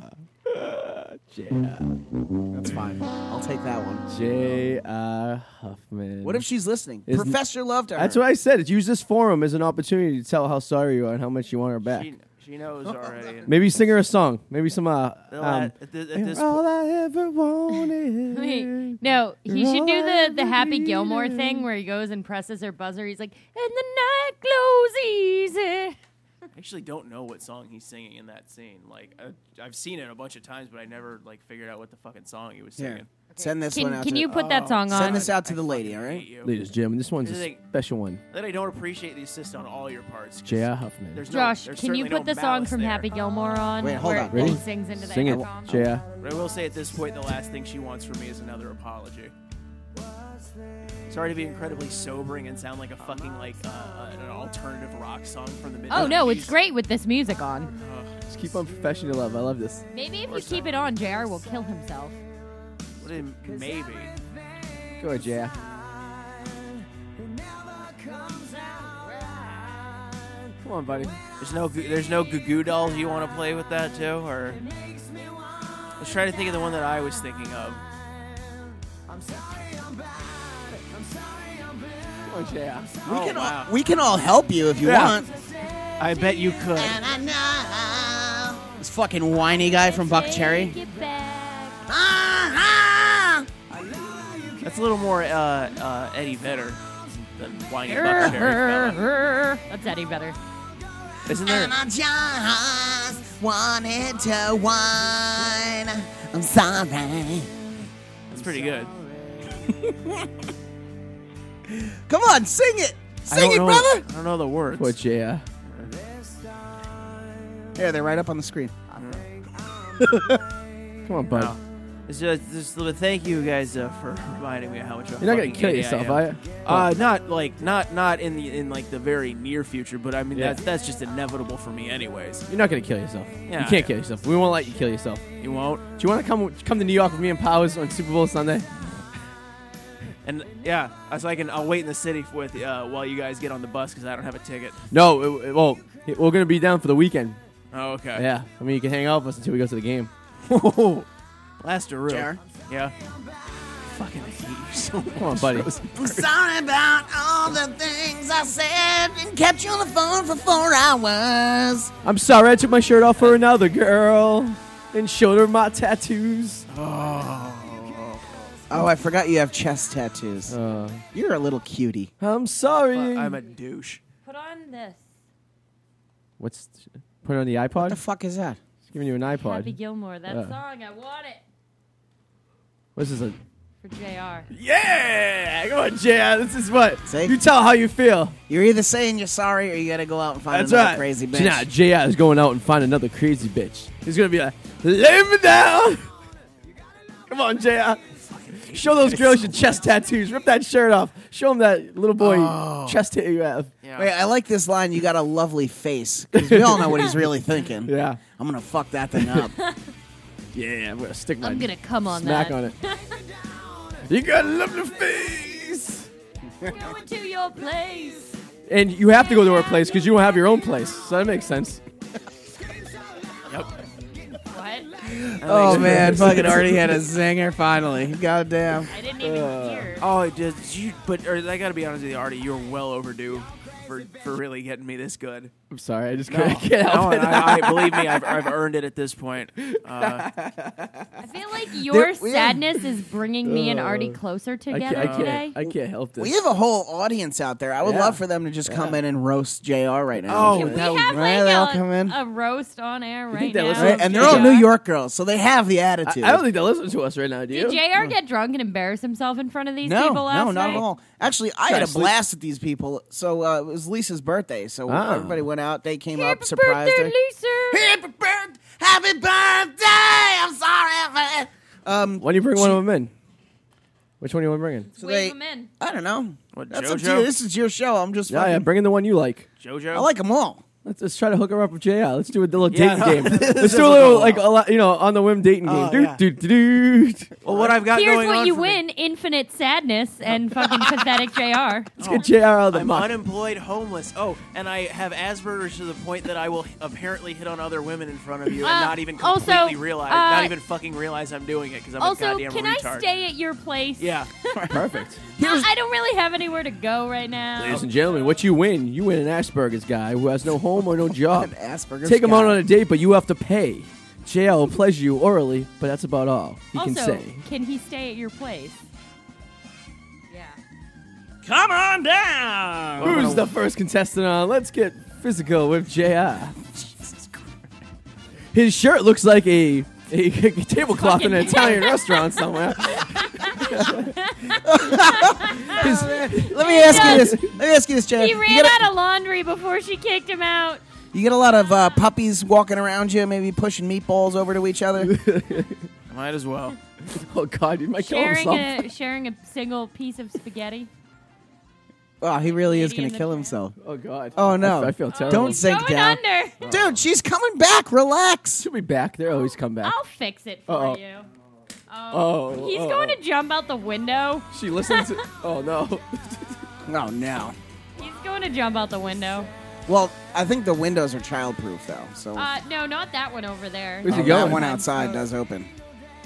Speaker 3: Uh,
Speaker 5: that's fine. I'll take that one.
Speaker 3: J.R. Huffman.
Speaker 5: What if she's listening?
Speaker 3: Isn't-
Speaker 5: Professor Love to her.
Speaker 3: That's what I said. Use this forum as an opportunity to tell how sorry you are and how much you want her back.
Speaker 4: She, she knows already.
Speaker 3: Maybe sing her a song. Maybe some. Uh,
Speaker 4: They'll
Speaker 3: um,
Speaker 4: add- at thi- at this
Speaker 3: all
Speaker 4: po-
Speaker 3: I ever wanted.
Speaker 6: Wait, no, he
Speaker 3: You're
Speaker 6: should do
Speaker 3: all
Speaker 6: the, the
Speaker 3: I
Speaker 6: Happy
Speaker 3: ever
Speaker 6: Gilmore thing where he goes and presses her buzzer. He's like, and the night glows easy.
Speaker 4: I actually don't know what song he's singing in that scene. Like I, I've seen it a bunch of times, but I never like figured out what the fucking song he was
Speaker 5: Here.
Speaker 4: singing.
Speaker 5: Send this one
Speaker 6: Can,
Speaker 5: out.
Speaker 6: can
Speaker 5: to,
Speaker 6: you put that song on?
Speaker 5: send this out to the lady? All
Speaker 4: I hate
Speaker 5: right.
Speaker 4: you.
Speaker 3: Ladies and gentlemen, this one's
Speaker 4: Here's the
Speaker 3: a
Speaker 4: thing.
Speaker 3: special one.
Speaker 4: That I don't appreciate the assist on all your parts. 'cause
Speaker 3: J.R. Huffman.
Speaker 4: there's no-
Speaker 6: Josh,
Speaker 4: there's
Speaker 6: can you
Speaker 4: certainly
Speaker 6: put
Speaker 4: no
Speaker 6: the song
Speaker 4: malice
Speaker 6: from
Speaker 4: there.
Speaker 6: Happy Gilmore on?
Speaker 5: Wait, hold
Speaker 6: where
Speaker 5: on.
Speaker 6: he
Speaker 3: Ready?
Speaker 6: sings into the
Speaker 3: Sing it,
Speaker 6: intercom?
Speaker 3: J.R.
Speaker 4: But I will say at this point, the last thing she wants from me is another apology. Sorry to be incredibly sobering and sound like a fucking like uh, an alternative rock song from the mid.
Speaker 6: Oh no, it's great with this music on.
Speaker 3: Just keep on professional love. I love this.
Speaker 6: Maybe if you keep it on, JR will kill himself.
Speaker 4: What a- Maybe.
Speaker 3: Go, Jeff. Come on, buddy.
Speaker 4: There's no goo- there's no Goo Goo Dolls you want to play with that too, or I was trying to think of the one that I was thinking of.
Speaker 3: Come on, Jeff.
Speaker 5: We
Speaker 4: Oh,
Speaker 5: can
Speaker 4: wow.
Speaker 5: all, we can all help you if you
Speaker 4: Yeah.
Speaker 5: want.
Speaker 4: I bet you could.
Speaker 5: This fucking whiny guy from Buck Cherry.
Speaker 6: Take it back.
Speaker 4: That's a little more uh, uh, Eddie Vedder than Whiny Buck Cherry. fella.
Speaker 6: That's Eddie better.
Speaker 4: Isn't there?
Speaker 5: I just wanted to whine. I'm sorry.
Speaker 4: That's pretty good.
Speaker 5: Come on, sing it.
Speaker 4: I don't
Speaker 5: Sing it,
Speaker 4: know,
Speaker 5: brother.
Speaker 4: I don't know the words.
Speaker 3: Poor Jeff.
Speaker 5: Here, they're right up on the screen.
Speaker 3: Come on, bud.
Speaker 4: No. It's just, just a little- thank you guys uh, for reminding me of how much of a
Speaker 3: You're not gonna
Speaker 4: fucking
Speaker 3: kill
Speaker 4: idiot
Speaker 3: yourself,
Speaker 4: I
Speaker 3: are
Speaker 4: am.
Speaker 3: you?
Speaker 4: Uh, not like not not in the in like the very near future, but I mean
Speaker 3: Yeah.
Speaker 4: that's that's just inevitable for me anyways.
Speaker 3: You're not gonna kill yourself.
Speaker 4: Yeah.
Speaker 3: you can't kill yourself. We won't let you kill yourself.
Speaker 4: You won't.
Speaker 3: Do you want to come come to New York with me and Powers on Super Bowl Sunday?
Speaker 4: And yeah, I- so I can I'll wait in the city with uh, while you guys get on the bus because I don't have a ticket.
Speaker 3: No, it, it, well, it- we're gonna be down for the weekend.
Speaker 4: Oh, okay.
Speaker 3: Yeah, I mean you can hang out with us until we go to the game.
Speaker 4: Last room.
Speaker 5: JR?
Speaker 4: Yeah. Fucking hate you so much.
Speaker 3: Come on, buddy.
Speaker 5: I'm sorry about all the things I said and kept you on the phone for four hours.
Speaker 3: I'm sorry I took my shirt off for another girl and showed her my tattoos.
Speaker 5: Oh, I forgot you have chest tattoos. You're a little cutie.
Speaker 3: I'm sorry.
Speaker 4: I'm a douche.
Speaker 6: Put on this.
Speaker 3: What's put it on the
Speaker 5: What the
Speaker 3: iPod?
Speaker 5: fuck is that?
Speaker 3: It's giving you an
Speaker 6: Happy
Speaker 3: iPod.
Speaker 6: Gilmore. That
Speaker 3: Yeah.
Speaker 6: song. I want it
Speaker 3: What's this? A,
Speaker 6: for JR.
Speaker 3: yeah, come on, Jay. This is what
Speaker 5: See?
Speaker 3: you tell how you feel.
Speaker 5: You're either saying you're sorry or you gotta go out and find
Speaker 3: That's
Speaker 5: another
Speaker 3: right.
Speaker 5: crazy bitch.
Speaker 3: Nah, Jr. is going out and find another crazy bitch. He's gonna be like, lay me down. Come on, Jr. Show those girls your chest tattoos. Rip that shirt off. Show them that little boy chest tattoo you have.
Speaker 4: Yeah.
Speaker 5: Wait, I like this line. You got a lovely face. 'Cause we all know what he's really thinking.
Speaker 3: Yeah,
Speaker 5: I'm gonna fuck that thing up.
Speaker 3: yeah. I'm gonna stick my
Speaker 6: I'm gonna come on
Speaker 3: smack
Speaker 6: that.
Speaker 3: on it. you got a lovely face.
Speaker 6: Going to your place.
Speaker 3: And you have to go to her place because you won't have your own place. So that makes sense.
Speaker 4: Yep.
Speaker 6: What?
Speaker 5: oh man, fucking already had a zinger finally. Goddamn.
Speaker 6: I
Speaker 3: Uh,
Speaker 6: didn't even hear.
Speaker 4: Oh, it does. You, but or, I gotta be honest with you, Artie. You're well overdue for for really getting me this good.
Speaker 3: I'm sorry, I just couldn't get
Speaker 4: No,
Speaker 3: help
Speaker 4: and
Speaker 3: it.
Speaker 4: I, I believe me, I've, I've earned it at this point. Uh,
Speaker 6: I feel like your
Speaker 3: we have-
Speaker 6: sadness is bringing me and Artie closer
Speaker 3: I can't,
Speaker 6: together
Speaker 3: I, can't,
Speaker 6: today.
Speaker 3: I can't help this.
Speaker 5: We have a whole audience out there. I would
Speaker 3: Yeah.
Speaker 5: love for them to just come in and roast JR right now.
Speaker 4: oh,
Speaker 6: Can we
Speaker 4: that
Speaker 6: have
Speaker 5: right,
Speaker 6: like
Speaker 5: they all
Speaker 6: a,
Speaker 5: come in.
Speaker 6: a roast on air right
Speaker 3: that
Speaker 6: now?
Speaker 3: was-
Speaker 5: Right? And they're all
Speaker 6: Yeah.
Speaker 5: New York girls, so they have the
Speaker 3: I,
Speaker 5: attitude.
Speaker 3: I don't think they listen to us right now, do you?
Speaker 6: Did JR get drunk and embarrass himself in front of these
Speaker 5: no,
Speaker 6: people last
Speaker 5: no, not at
Speaker 6: night?
Speaker 5: all. Actually, I had a
Speaker 3: to sleep.
Speaker 5: blast with these people. So uh, it was Lisa's birthday, so
Speaker 3: Ah.
Speaker 5: everybody went out. They came
Speaker 6: Happy
Speaker 5: up, surprised
Speaker 6: birthday,
Speaker 5: her.
Speaker 6: Lisa!
Speaker 5: Happy birthday! Happy birthday! I'm sorry. For um,
Speaker 3: Why do you bring one of them in? Which one do you want to bring in?
Speaker 5: so
Speaker 6: Wave
Speaker 5: they,
Speaker 6: him in.
Speaker 5: I don't know.
Speaker 4: What,
Speaker 5: That's up to
Speaker 4: JoJo?
Speaker 5: you. This is your show. I'm just.
Speaker 3: Yeah, yeah,
Speaker 5: fucking-
Speaker 3: bring in the one you like.
Speaker 4: JoJo.
Speaker 5: I like them all.
Speaker 3: Let's, let's try to hook her up with JR. Let's do a little
Speaker 4: Yeah,
Speaker 3: dating
Speaker 4: no.
Speaker 3: game.
Speaker 4: This
Speaker 3: Let's do a little, like, a lot, you know, on the whim dating game.
Speaker 4: Oh,
Speaker 3: Dude,
Speaker 4: yeah.
Speaker 3: dude, dude, dude.
Speaker 4: Well, what I've got
Speaker 6: Here's
Speaker 4: going
Speaker 6: what
Speaker 4: on
Speaker 6: you
Speaker 4: for me-
Speaker 6: win: infinite sadness and fucking pathetic JR.
Speaker 3: Let's get JR out of the
Speaker 4: I'm
Speaker 3: muck.
Speaker 4: unemployed, homeless. Oh, and I have Asperger's to the point that I will apparently hit on other women in front of you and
Speaker 6: Uh,
Speaker 4: not even
Speaker 6: also,
Speaker 4: completely realize,
Speaker 6: uh,
Speaker 4: not even fucking realize I'm doing it because I'm a
Speaker 6: Also,
Speaker 4: goddamn
Speaker 6: can
Speaker 4: retard.
Speaker 6: I stay at your place?
Speaker 4: Yeah.
Speaker 3: Perfect.
Speaker 6: I I don't really have anywhere to go right now.
Speaker 3: Ladies and gentlemen, what you win, you win an Asperger's guy who has no home or no job.
Speaker 5: An Asperger's
Speaker 3: Take him
Speaker 5: guy.
Speaker 3: out on a date, but you have to pay. JL will pleasure you orally, but that's about all he
Speaker 6: also,
Speaker 3: can say.
Speaker 6: can he stay at your place? Yeah.
Speaker 5: Come on down.
Speaker 3: Who's the first contestant on? Let's get physical with JR. His shirt looks like a, a tablecloth in an
Speaker 6: Fucking-
Speaker 3: Italian restaurant somewhere. His-
Speaker 5: Let me ask you this. Let me ask you this, Chad.
Speaker 6: He
Speaker 5: You
Speaker 6: ran
Speaker 5: get a-
Speaker 6: out of laundry before she kicked him out.
Speaker 5: You get a lot of uh, puppies walking around you, maybe pushing meatballs over to each other.
Speaker 4: Might as well.
Speaker 3: Oh God, you might kill
Speaker 6: sharing
Speaker 3: himself.
Speaker 6: a sharing a single piece of spaghetti.
Speaker 5: Oh, he really is
Speaker 6: Lady
Speaker 5: going
Speaker 6: in
Speaker 5: to
Speaker 6: the
Speaker 5: kill
Speaker 6: Tramp.
Speaker 5: himself.
Speaker 3: Oh God.
Speaker 5: Oh,
Speaker 3: I-
Speaker 5: no.
Speaker 3: I, feel terrible.
Speaker 5: Don't
Speaker 6: He's
Speaker 5: sink
Speaker 6: going
Speaker 5: down.
Speaker 6: under.
Speaker 5: Dude, she's coming back. Relax.
Speaker 3: She'll be back. They'll always come back.
Speaker 6: I'll fix it for
Speaker 3: Uh-oh.
Speaker 6: you.
Speaker 3: Oh,
Speaker 6: He's
Speaker 3: oh,
Speaker 6: going to jump out the window.
Speaker 3: She listens. to- oh no.
Speaker 5: Oh no.
Speaker 6: He's going to jump out the window.
Speaker 5: Well, I think the windows are childproof though. So
Speaker 6: Uh, no, not that one over there.
Speaker 3: Where's he
Speaker 5: Oh, that
Speaker 3: going?
Speaker 5: one outside does open.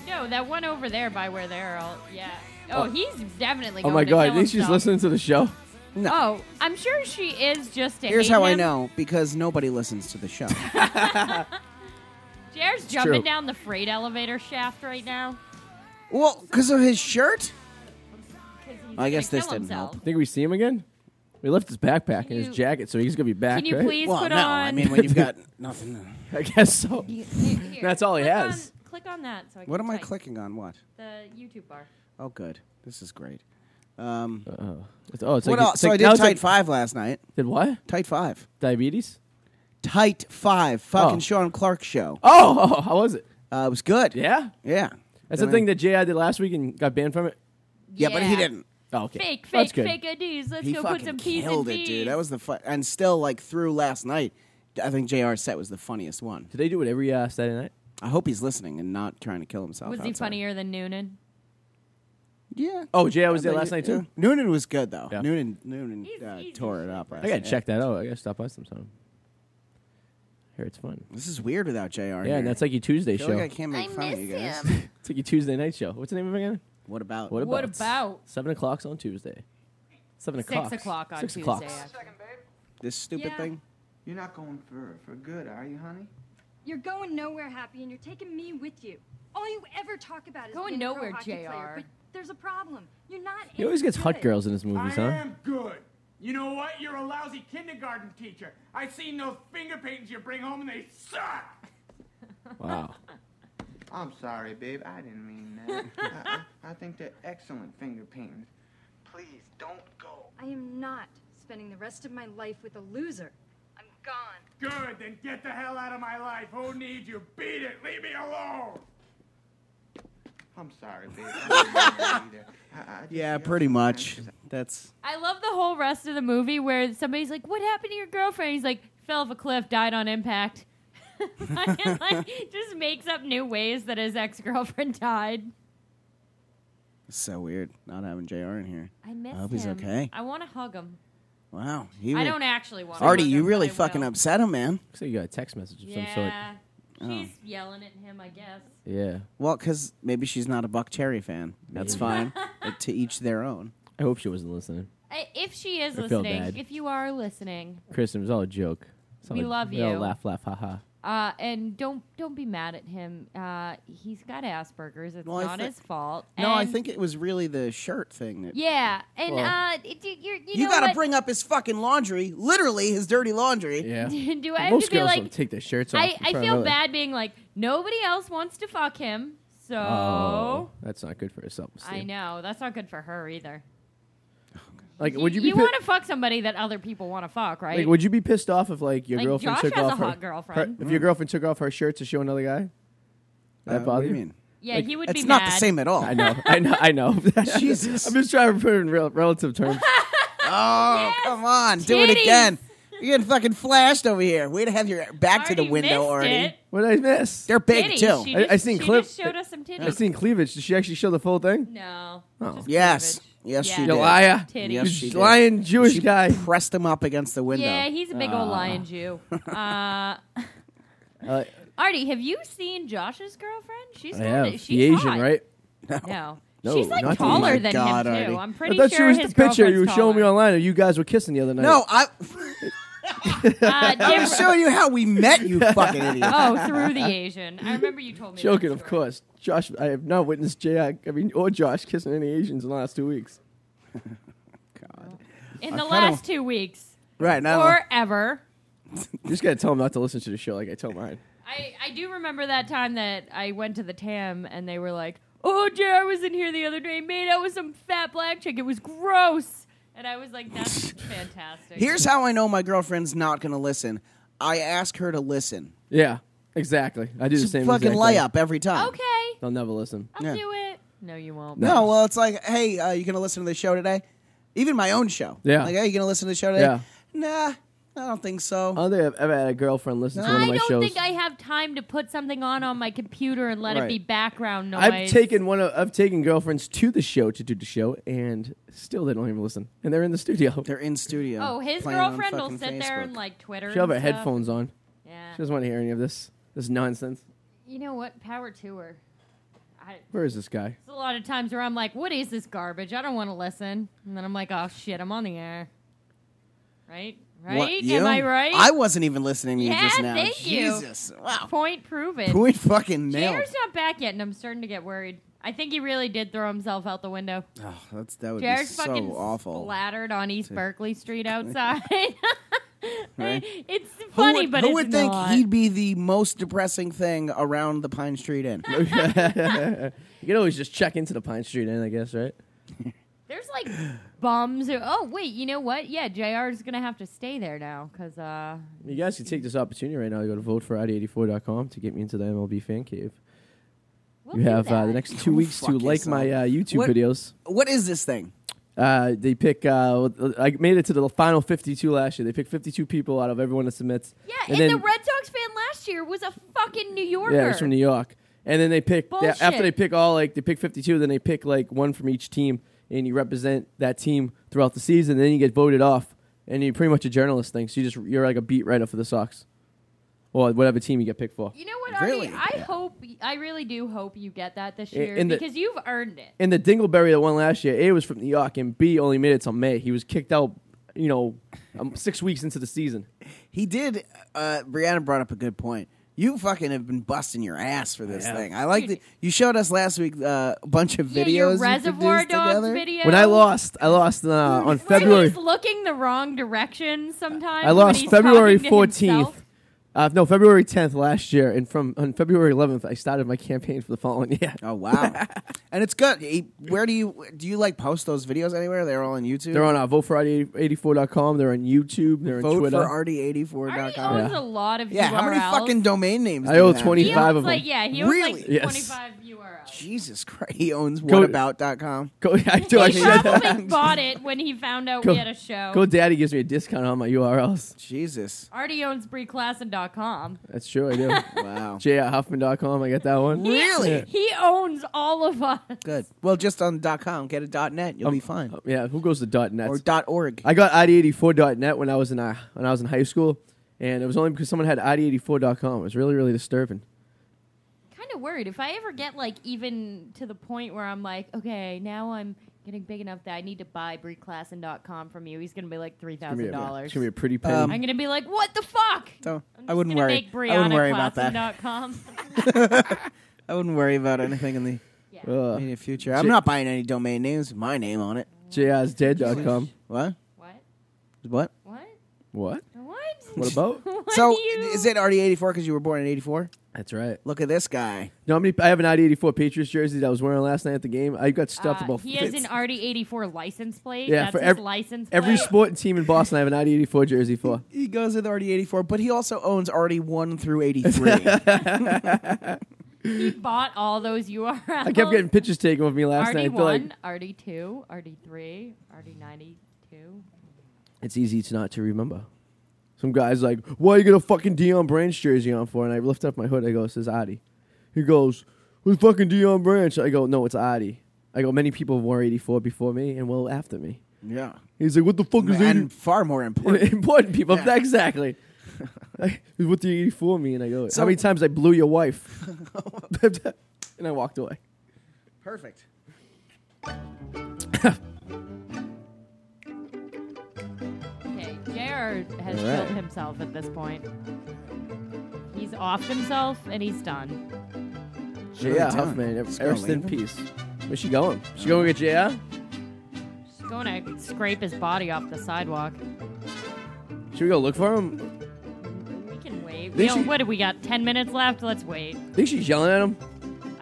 Speaker 6: No, that one over there by where they're all. Yeah. Oh, he's definitely.
Speaker 3: Oh
Speaker 6: going
Speaker 3: my
Speaker 6: to
Speaker 3: God.
Speaker 6: kill
Speaker 3: I think she's
Speaker 6: himself.
Speaker 3: listening to the show.
Speaker 6: Oh, I'm sure she is just. To
Speaker 5: Here's
Speaker 6: hate
Speaker 5: how I
Speaker 6: him.
Speaker 5: know because nobody listens to the show.
Speaker 6: Jared's jumping
Speaker 3: true.
Speaker 6: down the freight elevator shaft right now.
Speaker 5: well, because of his shirt.
Speaker 6: 'cause he's
Speaker 5: I guess
Speaker 6: gonna
Speaker 5: this
Speaker 6: kill
Speaker 5: didn't help.
Speaker 6: himself.
Speaker 3: Think we see him again? We left his backpack and
Speaker 6: Can you-
Speaker 3: his jacket, so he's gonna be back.
Speaker 6: Can you
Speaker 3: right?
Speaker 6: please
Speaker 5: Well,
Speaker 6: put
Speaker 5: no.
Speaker 6: on?
Speaker 5: I mean, when you've got nothing.
Speaker 3: I guess so.
Speaker 6: Here, here.
Speaker 3: That's all he
Speaker 6: click
Speaker 3: has.
Speaker 6: On, click on that. So I can
Speaker 5: What am I
Speaker 6: type
Speaker 5: clicking on? What?
Speaker 6: The YouTube bar.
Speaker 5: Oh, good. This is great. Um,
Speaker 3: It's- oh, it's like,
Speaker 5: what else?
Speaker 3: it's
Speaker 5: So
Speaker 3: like-
Speaker 5: I
Speaker 3: now
Speaker 5: did
Speaker 3: it's
Speaker 5: tight
Speaker 3: like-
Speaker 5: five last night.
Speaker 3: Did what?
Speaker 5: Tight five.
Speaker 3: Diabetes?
Speaker 5: Tight five. Fucking
Speaker 3: Oh.
Speaker 5: Sean Clark show.
Speaker 3: Oh, oh, how was it?
Speaker 5: Uh, it was good.
Speaker 3: Yeah.
Speaker 5: Yeah.
Speaker 3: That's the thing that J.I. did last week and got banned from it.
Speaker 5: Yeah, but he didn't.
Speaker 3: Oh, okay.
Speaker 6: Fake, fake,
Speaker 3: That's good.
Speaker 6: fake IDs. Let's
Speaker 5: He
Speaker 6: go put
Speaker 5: fucking
Speaker 6: some P's
Speaker 5: killed
Speaker 6: and
Speaker 5: it,
Speaker 6: P's.
Speaker 5: dude. That was the fun, and still like through last night. I think JR's set was the funniest one.
Speaker 3: Did they do it every uh, Saturday night?
Speaker 5: I hope he's listening and not trying to kill himself.
Speaker 6: Was he
Speaker 5: outside.
Speaker 6: funnier than Noonan?
Speaker 5: Yeah.
Speaker 3: Oh, J.I. was
Speaker 5: I
Speaker 3: there
Speaker 5: think
Speaker 3: last
Speaker 5: it-
Speaker 3: night too.
Speaker 5: yeah. Noonan was good though.
Speaker 3: Yeah.
Speaker 5: Noonan Noonan
Speaker 6: He's-
Speaker 5: uh,
Speaker 6: he's
Speaker 5: tore it
Speaker 6: usually
Speaker 5: up.
Speaker 3: I
Speaker 5: Last
Speaker 3: gotta
Speaker 5: night.
Speaker 3: check that out. I gotta stop by sometime. Here it's fun.
Speaker 5: This is weird without Jr. Yeah,
Speaker 3: Yeah, and that's like your Tuesday
Speaker 5: I feel
Speaker 3: show.
Speaker 5: like I can't make fun of you guys.
Speaker 3: It's like your Tuesday night show. What's the name of it again?
Speaker 5: What about?
Speaker 3: What about?
Speaker 6: What about?
Speaker 3: Seven o'clock's on Tuesday. Seven o'clock.
Speaker 6: Six o'clock on
Speaker 3: Six
Speaker 6: Tuesday.
Speaker 3: o'clock.
Speaker 6: actually.
Speaker 5: this stupid
Speaker 6: Yeah.
Speaker 5: thing?
Speaker 9: You're not going for for good, are you, honey?
Speaker 7: You're going nowhere, Happy, and you're taking me with you. All you ever talk about is
Speaker 6: Going
Speaker 7: being a pro
Speaker 6: nowhere,
Speaker 7: hockey player,
Speaker 6: JR.
Speaker 7: but there's a problem. You're not.
Speaker 3: He always
Speaker 7: any
Speaker 3: gets hot
Speaker 7: good.
Speaker 3: girls in his movies, huh?
Speaker 9: good. You know what? You're a lousy kindergarten teacher. I've seen those finger paintings you bring home, and they suck.
Speaker 3: Wow.
Speaker 9: I'm sorry, babe. I didn't mean that. I, I, I think they're excellent finger paintings. Please don't go.
Speaker 7: I am not spending the rest of my life with a loser. I'm gone.
Speaker 9: Good. Then get the hell out of my life. Who needs you? Beat it. Leave me alone. I'm sorry, babe. I didn't mean that either. I- I just-
Speaker 5: Yeah, pretty much. That's
Speaker 6: I love the whole rest of the movie where somebody's like, "What happened to your girlfriend?" He's like, "Fell off a cliff, died on impact." and, like, just makes up new ways that his ex girlfriend died.
Speaker 5: so weird. Not having Jr. in here.
Speaker 6: I miss
Speaker 5: I hope he's
Speaker 6: him.
Speaker 5: okay.
Speaker 6: I want to hug him.
Speaker 5: Wow. He
Speaker 6: I
Speaker 5: would-
Speaker 6: don't actually want. to
Speaker 5: Artie,
Speaker 6: hug
Speaker 5: you
Speaker 6: him,
Speaker 5: really
Speaker 6: but I
Speaker 5: fucking
Speaker 6: will.
Speaker 5: upset him, man.
Speaker 3: Looks like you got a text message of some sort.
Speaker 6: Yeah, she's
Speaker 5: Oh.
Speaker 6: yelling at him. I guess.
Speaker 3: Yeah.
Speaker 5: Well, because maybe she's not a Buck Cherry fan. That's fine. Like, to each their own.
Speaker 3: I hope she wasn't listening.
Speaker 6: I, if she is
Speaker 3: I feel
Speaker 6: listening,
Speaker 3: bad.
Speaker 6: if you are listening,
Speaker 3: Kristen, it was all a joke. It's all
Speaker 6: We
Speaker 3: a-
Speaker 6: love
Speaker 3: we all
Speaker 6: you.
Speaker 3: Laugh, laugh, ha ha.
Speaker 6: uh, and don't don't be mad at him. Uh, he's got Asperger's. It's
Speaker 5: Well, I
Speaker 6: not
Speaker 5: thi-
Speaker 6: his fault.
Speaker 5: No, I
Speaker 6: And-
Speaker 5: think it was really the shirt thing that.
Speaker 6: Yeah, and
Speaker 3: Well-
Speaker 6: uh, it- you, you're, you,
Speaker 5: You
Speaker 6: know
Speaker 5: gotta
Speaker 6: what?
Speaker 5: bring up his fucking laundry, literally his dirty laundry.
Speaker 3: Yeah.
Speaker 6: Do I have
Speaker 3: Most
Speaker 6: to be
Speaker 3: girls
Speaker 6: like?
Speaker 3: will take their shirts off.
Speaker 6: I,
Speaker 3: in front
Speaker 6: I feel
Speaker 3: of another.
Speaker 6: bad being like nobody else wants to fuck him, so
Speaker 3: Oh, that's not good for her self esteem.
Speaker 6: I know that's not good for her either.
Speaker 3: Like, would you be
Speaker 6: you
Speaker 3: pi-
Speaker 6: want to fuck somebody that other people want to fuck, right?
Speaker 3: like, would you be pissed off if like your
Speaker 6: Like,
Speaker 3: girlfriend
Speaker 6: Josh
Speaker 3: took
Speaker 6: has a
Speaker 3: off her,
Speaker 6: hot girlfriend. Mm.
Speaker 3: her- if your girlfriend took off her shirt to show another guy? That bother
Speaker 5: Uh, what do you mean?
Speaker 6: yeah,
Speaker 3: like,
Speaker 6: he would
Speaker 5: That's
Speaker 6: be
Speaker 5: not
Speaker 6: mad.
Speaker 5: the same at all.
Speaker 3: I know, I know, I know.
Speaker 5: Jesus.
Speaker 3: I'm just trying to put it in rel- relative terms.
Speaker 5: Oh, come on, do it
Speaker 6: titties.
Speaker 5: again. You're getting fucking flashed over here. Way to have your back to the
Speaker 6: Already
Speaker 5: window,
Speaker 6: missed
Speaker 5: Artie.
Speaker 6: it.
Speaker 3: what did I miss?
Speaker 5: They're big
Speaker 6: Titties.
Speaker 5: too.
Speaker 6: She
Speaker 3: I-
Speaker 6: just,
Speaker 3: I seen
Speaker 6: she
Speaker 3: clip-
Speaker 6: just showed us some titties.
Speaker 3: I seen cleavage. Did she actually show the full thing?
Speaker 6: No.
Speaker 3: Oh.
Speaker 6: just
Speaker 5: Yes.
Speaker 6: cleavage.
Speaker 5: Yes, she
Speaker 6: Yeah.
Speaker 5: did.
Speaker 3: You liar!
Speaker 6: Titties.
Speaker 5: Yes,
Speaker 3: you
Speaker 5: she did.
Speaker 3: lying Jewish
Speaker 5: She
Speaker 3: guy.
Speaker 5: pressed him up against the window.
Speaker 6: Yeah, he's a big old lion Jew. Uh,
Speaker 3: Uh,
Speaker 6: Artie, have you seen Josh's girlfriend? She's
Speaker 3: I
Speaker 6: kinda-
Speaker 3: have
Speaker 6: she's
Speaker 3: the Asian,
Speaker 6: hot.
Speaker 3: right?
Speaker 6: No.
Speaker 3: No,
Speaker 6: she's like
Speaker 3: not the
Speaker 6: taller
Speaker 3: Asian.
Speaker 6: than
Speaker 5: God,
Speaker 6: him
Speaker 5: Artie.
Speaker 6: too. I'm
Speaker 3: I
Speaker 6: pretty
Speaker 3: thought she
Speaker 6: sure
Speaker 3: was
Speaker 6: his
Speaker 3: the picture you were
Speaker 6: girlfriend's
Speaker 3: showing me
Speaker 6: taller.
Speaker 3: online. Or you guys were kissing the other night.
Speaker 5: No, I
Speaker 6: Uh,
Speaker 5: I'm
Speaker 6: different-
Speaker 5: showing you how we met, you fucking idiot.
Speaker 6: oh, through the Asian. I remember you told me. that
Speaker 3: joking, of
Speaker 6: story.
Speaker 3: course. Josh, I have not witnessed Jay, I mean, or Josh kissing any Asians in the last two weeks.
Speaker 6: In the last two weeks
Speaker 5: Right now,
Speaker 6: or ever.
Speaker 3: You just gotta tell him not to listen to the show, like I tell mine.
Speaker 6: I, I do remember that time that I went to the TAM and they were like, "Oh, JR was in here the other day, made out with some fat black chick. It was gross." And I was like, "That's fantastic."
Speaker 5: here's how I know my girlfriend's not going to listen. I ask her to listen.
Speaker 3: Yeah, exactly. I do the
Speaker 5: It's a
Speaker 3: same.
Speaker 5: fucking
Speaker 3: exact thing.
Speaker 5: layup every time.
Speaker 6: okay.
Speaker 3: They'll never listen.
Speaker 6: I'll do it. No, you won't.
Speaker 5: No, well, it's like, hey, uh, you gonna listen to the show today? Even my own show.
Speaker 3: Yeah.
Speaker 5: Like, hey, you gonna listen to the show today?
Speaker 3: Yeah. Uh,
Speaker 5: Nah, I don't think so.
Speaker 3: I don't think I've ever had a girlfriend listen to one
Speaker 6: I
Speaker 3: of my
Speaker 6: don't
Speaker 3: shows.
Speaker 6: think I have time to put something on on my computer and let it
Speaker 3: Right.
Speaker 6: be background noise.
Speaker 3: I've taken one of I've taken girlfriends to the show to do the show, and still they don't even listen, and they're in the studio.
Speaker 5: They're in studio.
Speaker 6: Oh, his
Speaker 5: playing on
Speaker 6: girlfriend will
Speaker 5: fucking
Speaker 6: sit there
Speaker 5: Facebook.
Speaker 6: and like Twitter.
Speaker 3: She'll have her
Speaker 6: and stuff.
Speaker 3: headphones on.
Speaker 6: Yeah.
Speaker 3: She doesn't want to hear any of this. This nonsense.
Speaker 6: You know what? Power to her. I,
Speaker 3: Where is this guy?
Speaker 6: there's a lot of times where I'm like, "What is this garbage? I don't want to listen." And then I'm like, "Oh shit, I'm on the air." Right? Right?
Speaker 5: What, you?
Speaker 6: Am I right?
Speaker 5: I wasn't even listening to you
Speaker 6: yeah.
Speaker 5: just now.
Speaker 6: Thank you.
Speaker 5: Jesus. Wow.
Speaker 6: Point proven.
Speaker 5: Point fucking nailed.
Speaker 6: Jair's not back yet, and I'm starting to get worried. I think he really did throw himself out the window.
Speaker 5: Oh, that's, that would be
Speaker 6: Jared's
Speaker 5: so
Speaker 6: fucking
Speaker 5: awful.
Speaker 6: splattered on East Berkeley Street outside.
Speaker 5: Right?
Speaker 6: It's funny,
Speaker 5: who would,
Speaker 6: but
Speaker 5: who
Speaker 6: it's
Speaker 5: would think
Speaker 6: not.
Speaker 5: he'd be the most depressing thing around the Pine Street Inn?
Speaker 3: You can always just check into the Pine Street Inn, I guess, right?
Speaker 6: There's like bums. Who, oh wait, you know what? Yeah, Jr's gonna have to stay there now because uh,
Speaker 3: You guys can take this opportunity right now. to Go to voteforaudi84.com to get me into the MLB fan cave.
Speaker 6: we'll
Speaker 3: you
Speaker 6: do
Speaker 3: have uh,
Speaker 6: that.
Speaker 3: the next two weeks to
Speaker 5: fuck
Speaker 3: like my uh, YouTube
Speaker 5: What-
Speaker 3: videos.
Speaker 5: what is this thing?
Speaker 3: Uh, they pick. Uh, I made it to the final 52 last year. They pick 52 people out of everyone that submits.
Speaker 6: Yeah,
Speaker 3: and
Speaker 6: and,
Speaker 3: then-
Speaker 6: the Red Sox fan last year was a fucking New Yorker.
Speaker 3: Yeah, he's from New York. And then they pick they- after
Speaker 6: Bullshit.
Speaker 3: they pick all like they pick 52, then they pick like one from each team, and you represent that team throughout the season. Then you get voted off, and you're pretty much a journalist thing. So you just you're like a beat writer for the Sox, or whatever team you get picked for.
Speaker 6: You know what, Artie?
Speaker 5: Really?
Speaker 6: I hope, I really do hope you get that this
Speaker 3: In-
Speaker 6: year
Speaker 3: in the-
Speaker 6: because you've earned it.
Speaker 3: And the Dingleberry that won last year, A was from New York, and B only made it till May. He was kicked out, you know, um, six weeks into the season.
Speaker 5: He did. Uh, Brianna brought up a good point. You fucking have been busting your ass for this thing. I like
Speaker 6: Dude.
Speaker 5: that you showed us last week uh, a bunch of
Speaker 6: Yeah,
Speaker 5: videos.
Speaker 6: your
Speaker 5: you
Speaker 6: Reservoir
Speaker 5: produced
Speaker 6: Dogs
Speaker 5: together.
Speaker 6: video.
Speaker 3: When I lost, I lost uh, on
Speaker 6: Where
Speaker 3: February.
Speaker 6: he's looking the wrong direction sometimes.
Speaker 3: I lost
Speaker 6: when he's
Speaker 3: February
Speaker 6: talking to himself.
Speaker 3: 14th. Uh, no, February 10th last year, and from on February 11th, I started my campaign for the following year.
Speaker 5: Oh wow! and it's good. He- Where do you do you like post those videos anywhere? They're all on YouTube.
Speaker 3: They're on uh, voteforRD84.com. They're on YouTube. They're on
Speaker 5: Vote
Speaker 3: Twitter.
Speaker 5: for RD84.com.
Speaker 6: Artie owns
Speaker 3: Yeah.
Speaker 6: a lot of
Speaker 5: yeah,
Speaker 6: URLs.
Speaker 5: how many fucking domain names?
Speaker 3: I
Speaker 5: do you
Speaker 3: owe
Speaker 5: have?
Speaker 3: 20
Speaker 6: He
Speaker 3: 25
Speaker 6: owns
Speaker 3: of
Speaker 6: like,
Speaker 3: them.
Speaker 6: Yeah, he owns like
Speaker 5: Really?
Speaker 3: Yes.
Speaker 6: 25 URLs.
Speaker 5: Jesus Christ! He owns
Speaker 3: Go-
Speaker 5: whatabout.com.
Speaker 3: go, I do. I
Speaker 6: he
Speaker 3: said that.
Speaker 6: probably bought it when he found out
Speaker 3: Go-
Speaker 6: we had a show.
Speaker 3: Go Daddy gives me a discount on my URLs.
Speaker 5: Jesus!
Speaker 6: Artie owns BreeClassen.com.
Speaker 3: That's true. I do.
Speaker 5: Wow.
Speaker 3: JRHuffman.com. I got that one.
Speaker 5: Really?
Speaker 6: He owns all of us.
Speaker 5: Good. Well, just on .com, get a .net,
Speaker 3: Um,
Speaker 5: you'll be fine.
Speaker 3: Yeah. Who goes to .net?
Speaker 5: Or .org.
Speaker 3: I got ID84.net when I was in uh, when I was in high school, and it was only because someone had ID84.com. It was really really disturbing.
Speaker 6: Kind of worried if I ever get like even to the point where I'm like, okay, now I'm getting big enough that I need to buy BreeClassen.com from you. He's gonna be like three
Speaker 3: It's
Speaker 6: thousand
Speaker 3: gonna be a-
Speaker 6: dollars. Um,
Speaker 3: it's gonna be a pretty penny.
Speaker 6: I'm gonna be like, what the fuck?
Speaker 5: So
Speaker 6: I'm
Speaker 5: I
Speaker 6: just
Speaker 5: wouldn't
Speaker 6: gonna
Speaker 5: worry.
Speaker 6: Make
Speaker 5: I wouldn't worry about that.
Speaker 6: BriannaClassen.com.
Speaker 5: I wouldn't worry about anything in the
Speaker 3: Uh,
Speaker 5: immediate future. I'm not buying any domain names with my name on it.
Speaker 3: JR'sDead.com.
Speaker 5: What? What?
Speaker 6: what? What?
Speaker 3: What?
Speaker 6: What?
Speaker 3: What about?
Speaker 6: What
Speaker 5: so
Speaker 6: do you-
Speaker 5: is it already 84 because you were born in 84?
Speaker 3: That's right.
Speaker 5: Look at this guy.
Speaker 3: You know how many? I have an ID eighty four Patriots jersey that I was wearing last night at the game. I got stuffed
Speaker 6: Uh,
Speaker 3: about.
Speaker 6: he has
Speaker 3: fifty-
Speaker 6: an RD84 license plate.
Speaker 3: Yeah,
Speaker 6: That's
Speaker 3: for
Speaker 6: his
Speaker 3: ev-
Speaker 6: license plate.
Speaker 3: every sporting team in Boston. I have an ID eighty four jersey for.
Speaker 5: He goes with already 84, but he also owns already 1 through 83.
Speaker 6: he bought all those URLs.
Speaker 3: I kept getting pictures taken of me last night. I feel like
Speaker 6: RD1, RD2, RD3, RD92.
Speaker 3: it's easy to not to remember. Some guys like, "Why you got a fucking Dion Branch jersey on for?" And I lift up my hood. I go, "It says Adi." He goes, "Who's fucking Dion Branch?" I go, "No, it's Adi." I go, "Many people wore eighty four before me and well after me."
Speaker 5: yeah.
Speaker 3: He's like, "What the fuck is 80?
Speaker 5: And far more important.
Speaker 3: important people.
Speaker 5: Yeah.
Speaker 3: Exactly. Like, what do you fool me? And I go,
Speaker 5: So-
Speaker 3: how many times I blew your wife? and I walked away.
Speaker 5: Perfect.
Speaker 6: Okay, JR has
Speaker 3: All right.
Speaker 6: killed himself at this point. He's off himself and he's done.
Speaker 3: Yeah,
Speaker 5: done.
Speaker 3: Huffman,
Speaker 5: Just gonna
Speaker 3: rest in
Speaker 5: leave him?
Speaker 3: peace. Where's she going? She going to get JR?
Speaker 6: He's going to scrape his body off the sidewalk.
Speaker 3: Should we go look for him?
Speaker 6: We can wait.
Speaker 3: They
Speaker 6: We don't,
Speaker 3: should-
Speaker 6: what do we got? Ten minutes left. Let's wait.
Speaker 3: I think she's yelling at him.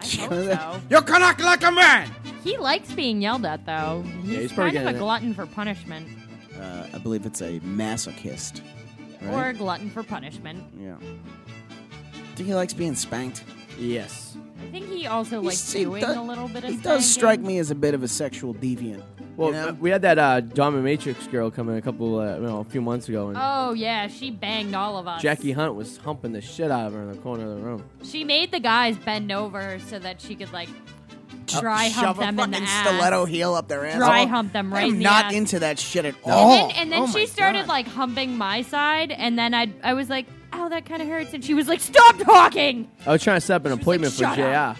Speaker 6: I hope so.
Speaker 5: You can act like a man!
Speaker 6: He likes being yelled at, though. He's,
Speaker 3: he's probably
Speaker 6: kind of a
Speaker 3: getting it.
Speaker 6: glutton for punishment,
Speaker 5: Uh, I believe it's a masochist. Right?
Speaker 6: or a glutton for punishment.
Speaker 5: yeah. Think he likes being spanked?
Speaker 3: Yes.
Speaker 6: I think he also
Speaker 5: He
Speaker 6: likes
Speaker 5: seem-
Speaker 6: doing
Speaker 5: does-
Speaker 6: a little bit of
Speaker 5: He does strike
Speaker 6: snagging.
Speaker 5: me as a bit of a sexual deviant.
Speaker 3: Well,
Speaker 5: you know?
Speaker 3: uh, we had that uh, Dominatrix girl come in a couple, uh, you know, a few months ago, and
Speaker 6: Oh yeah, she banged all of us.
Speaker 3: Jackie Hunt was humping the shit out of her in the corner of the room.
Speaker 6: She made the guys bend over so that she could like dry
Speaker 5: Shove
Speaker 6: hump
Speaker 5: a
Speaker 6: them in the
Speaker 5: fucking
Speaker 6: ass.
Speaker 5: stiletto heel up their ass.
Speaker 6: Dry
Speaker 5: Oh,
Speaker 6: hump them right
Speaker 5: I'm
Speaker 6: in the
Speaker 5: not
Speaker 6: ass.
Speaker 5: into that shit at
Speaker 6: And
Speaker 5: all.
Speaker 6: then, and then
Speaker 5: Oh my
Speaker 6: she started
Speaker 5: God.
Speaker 6: like humping my side, and then I I was like, "Ow, that kind of hurts," and she was like, "Stop talking."
Speaker 3: I was trying to set up an appointment
Speaker 6: "Shut
Speaker 3: for JR,
Speaker 6: up."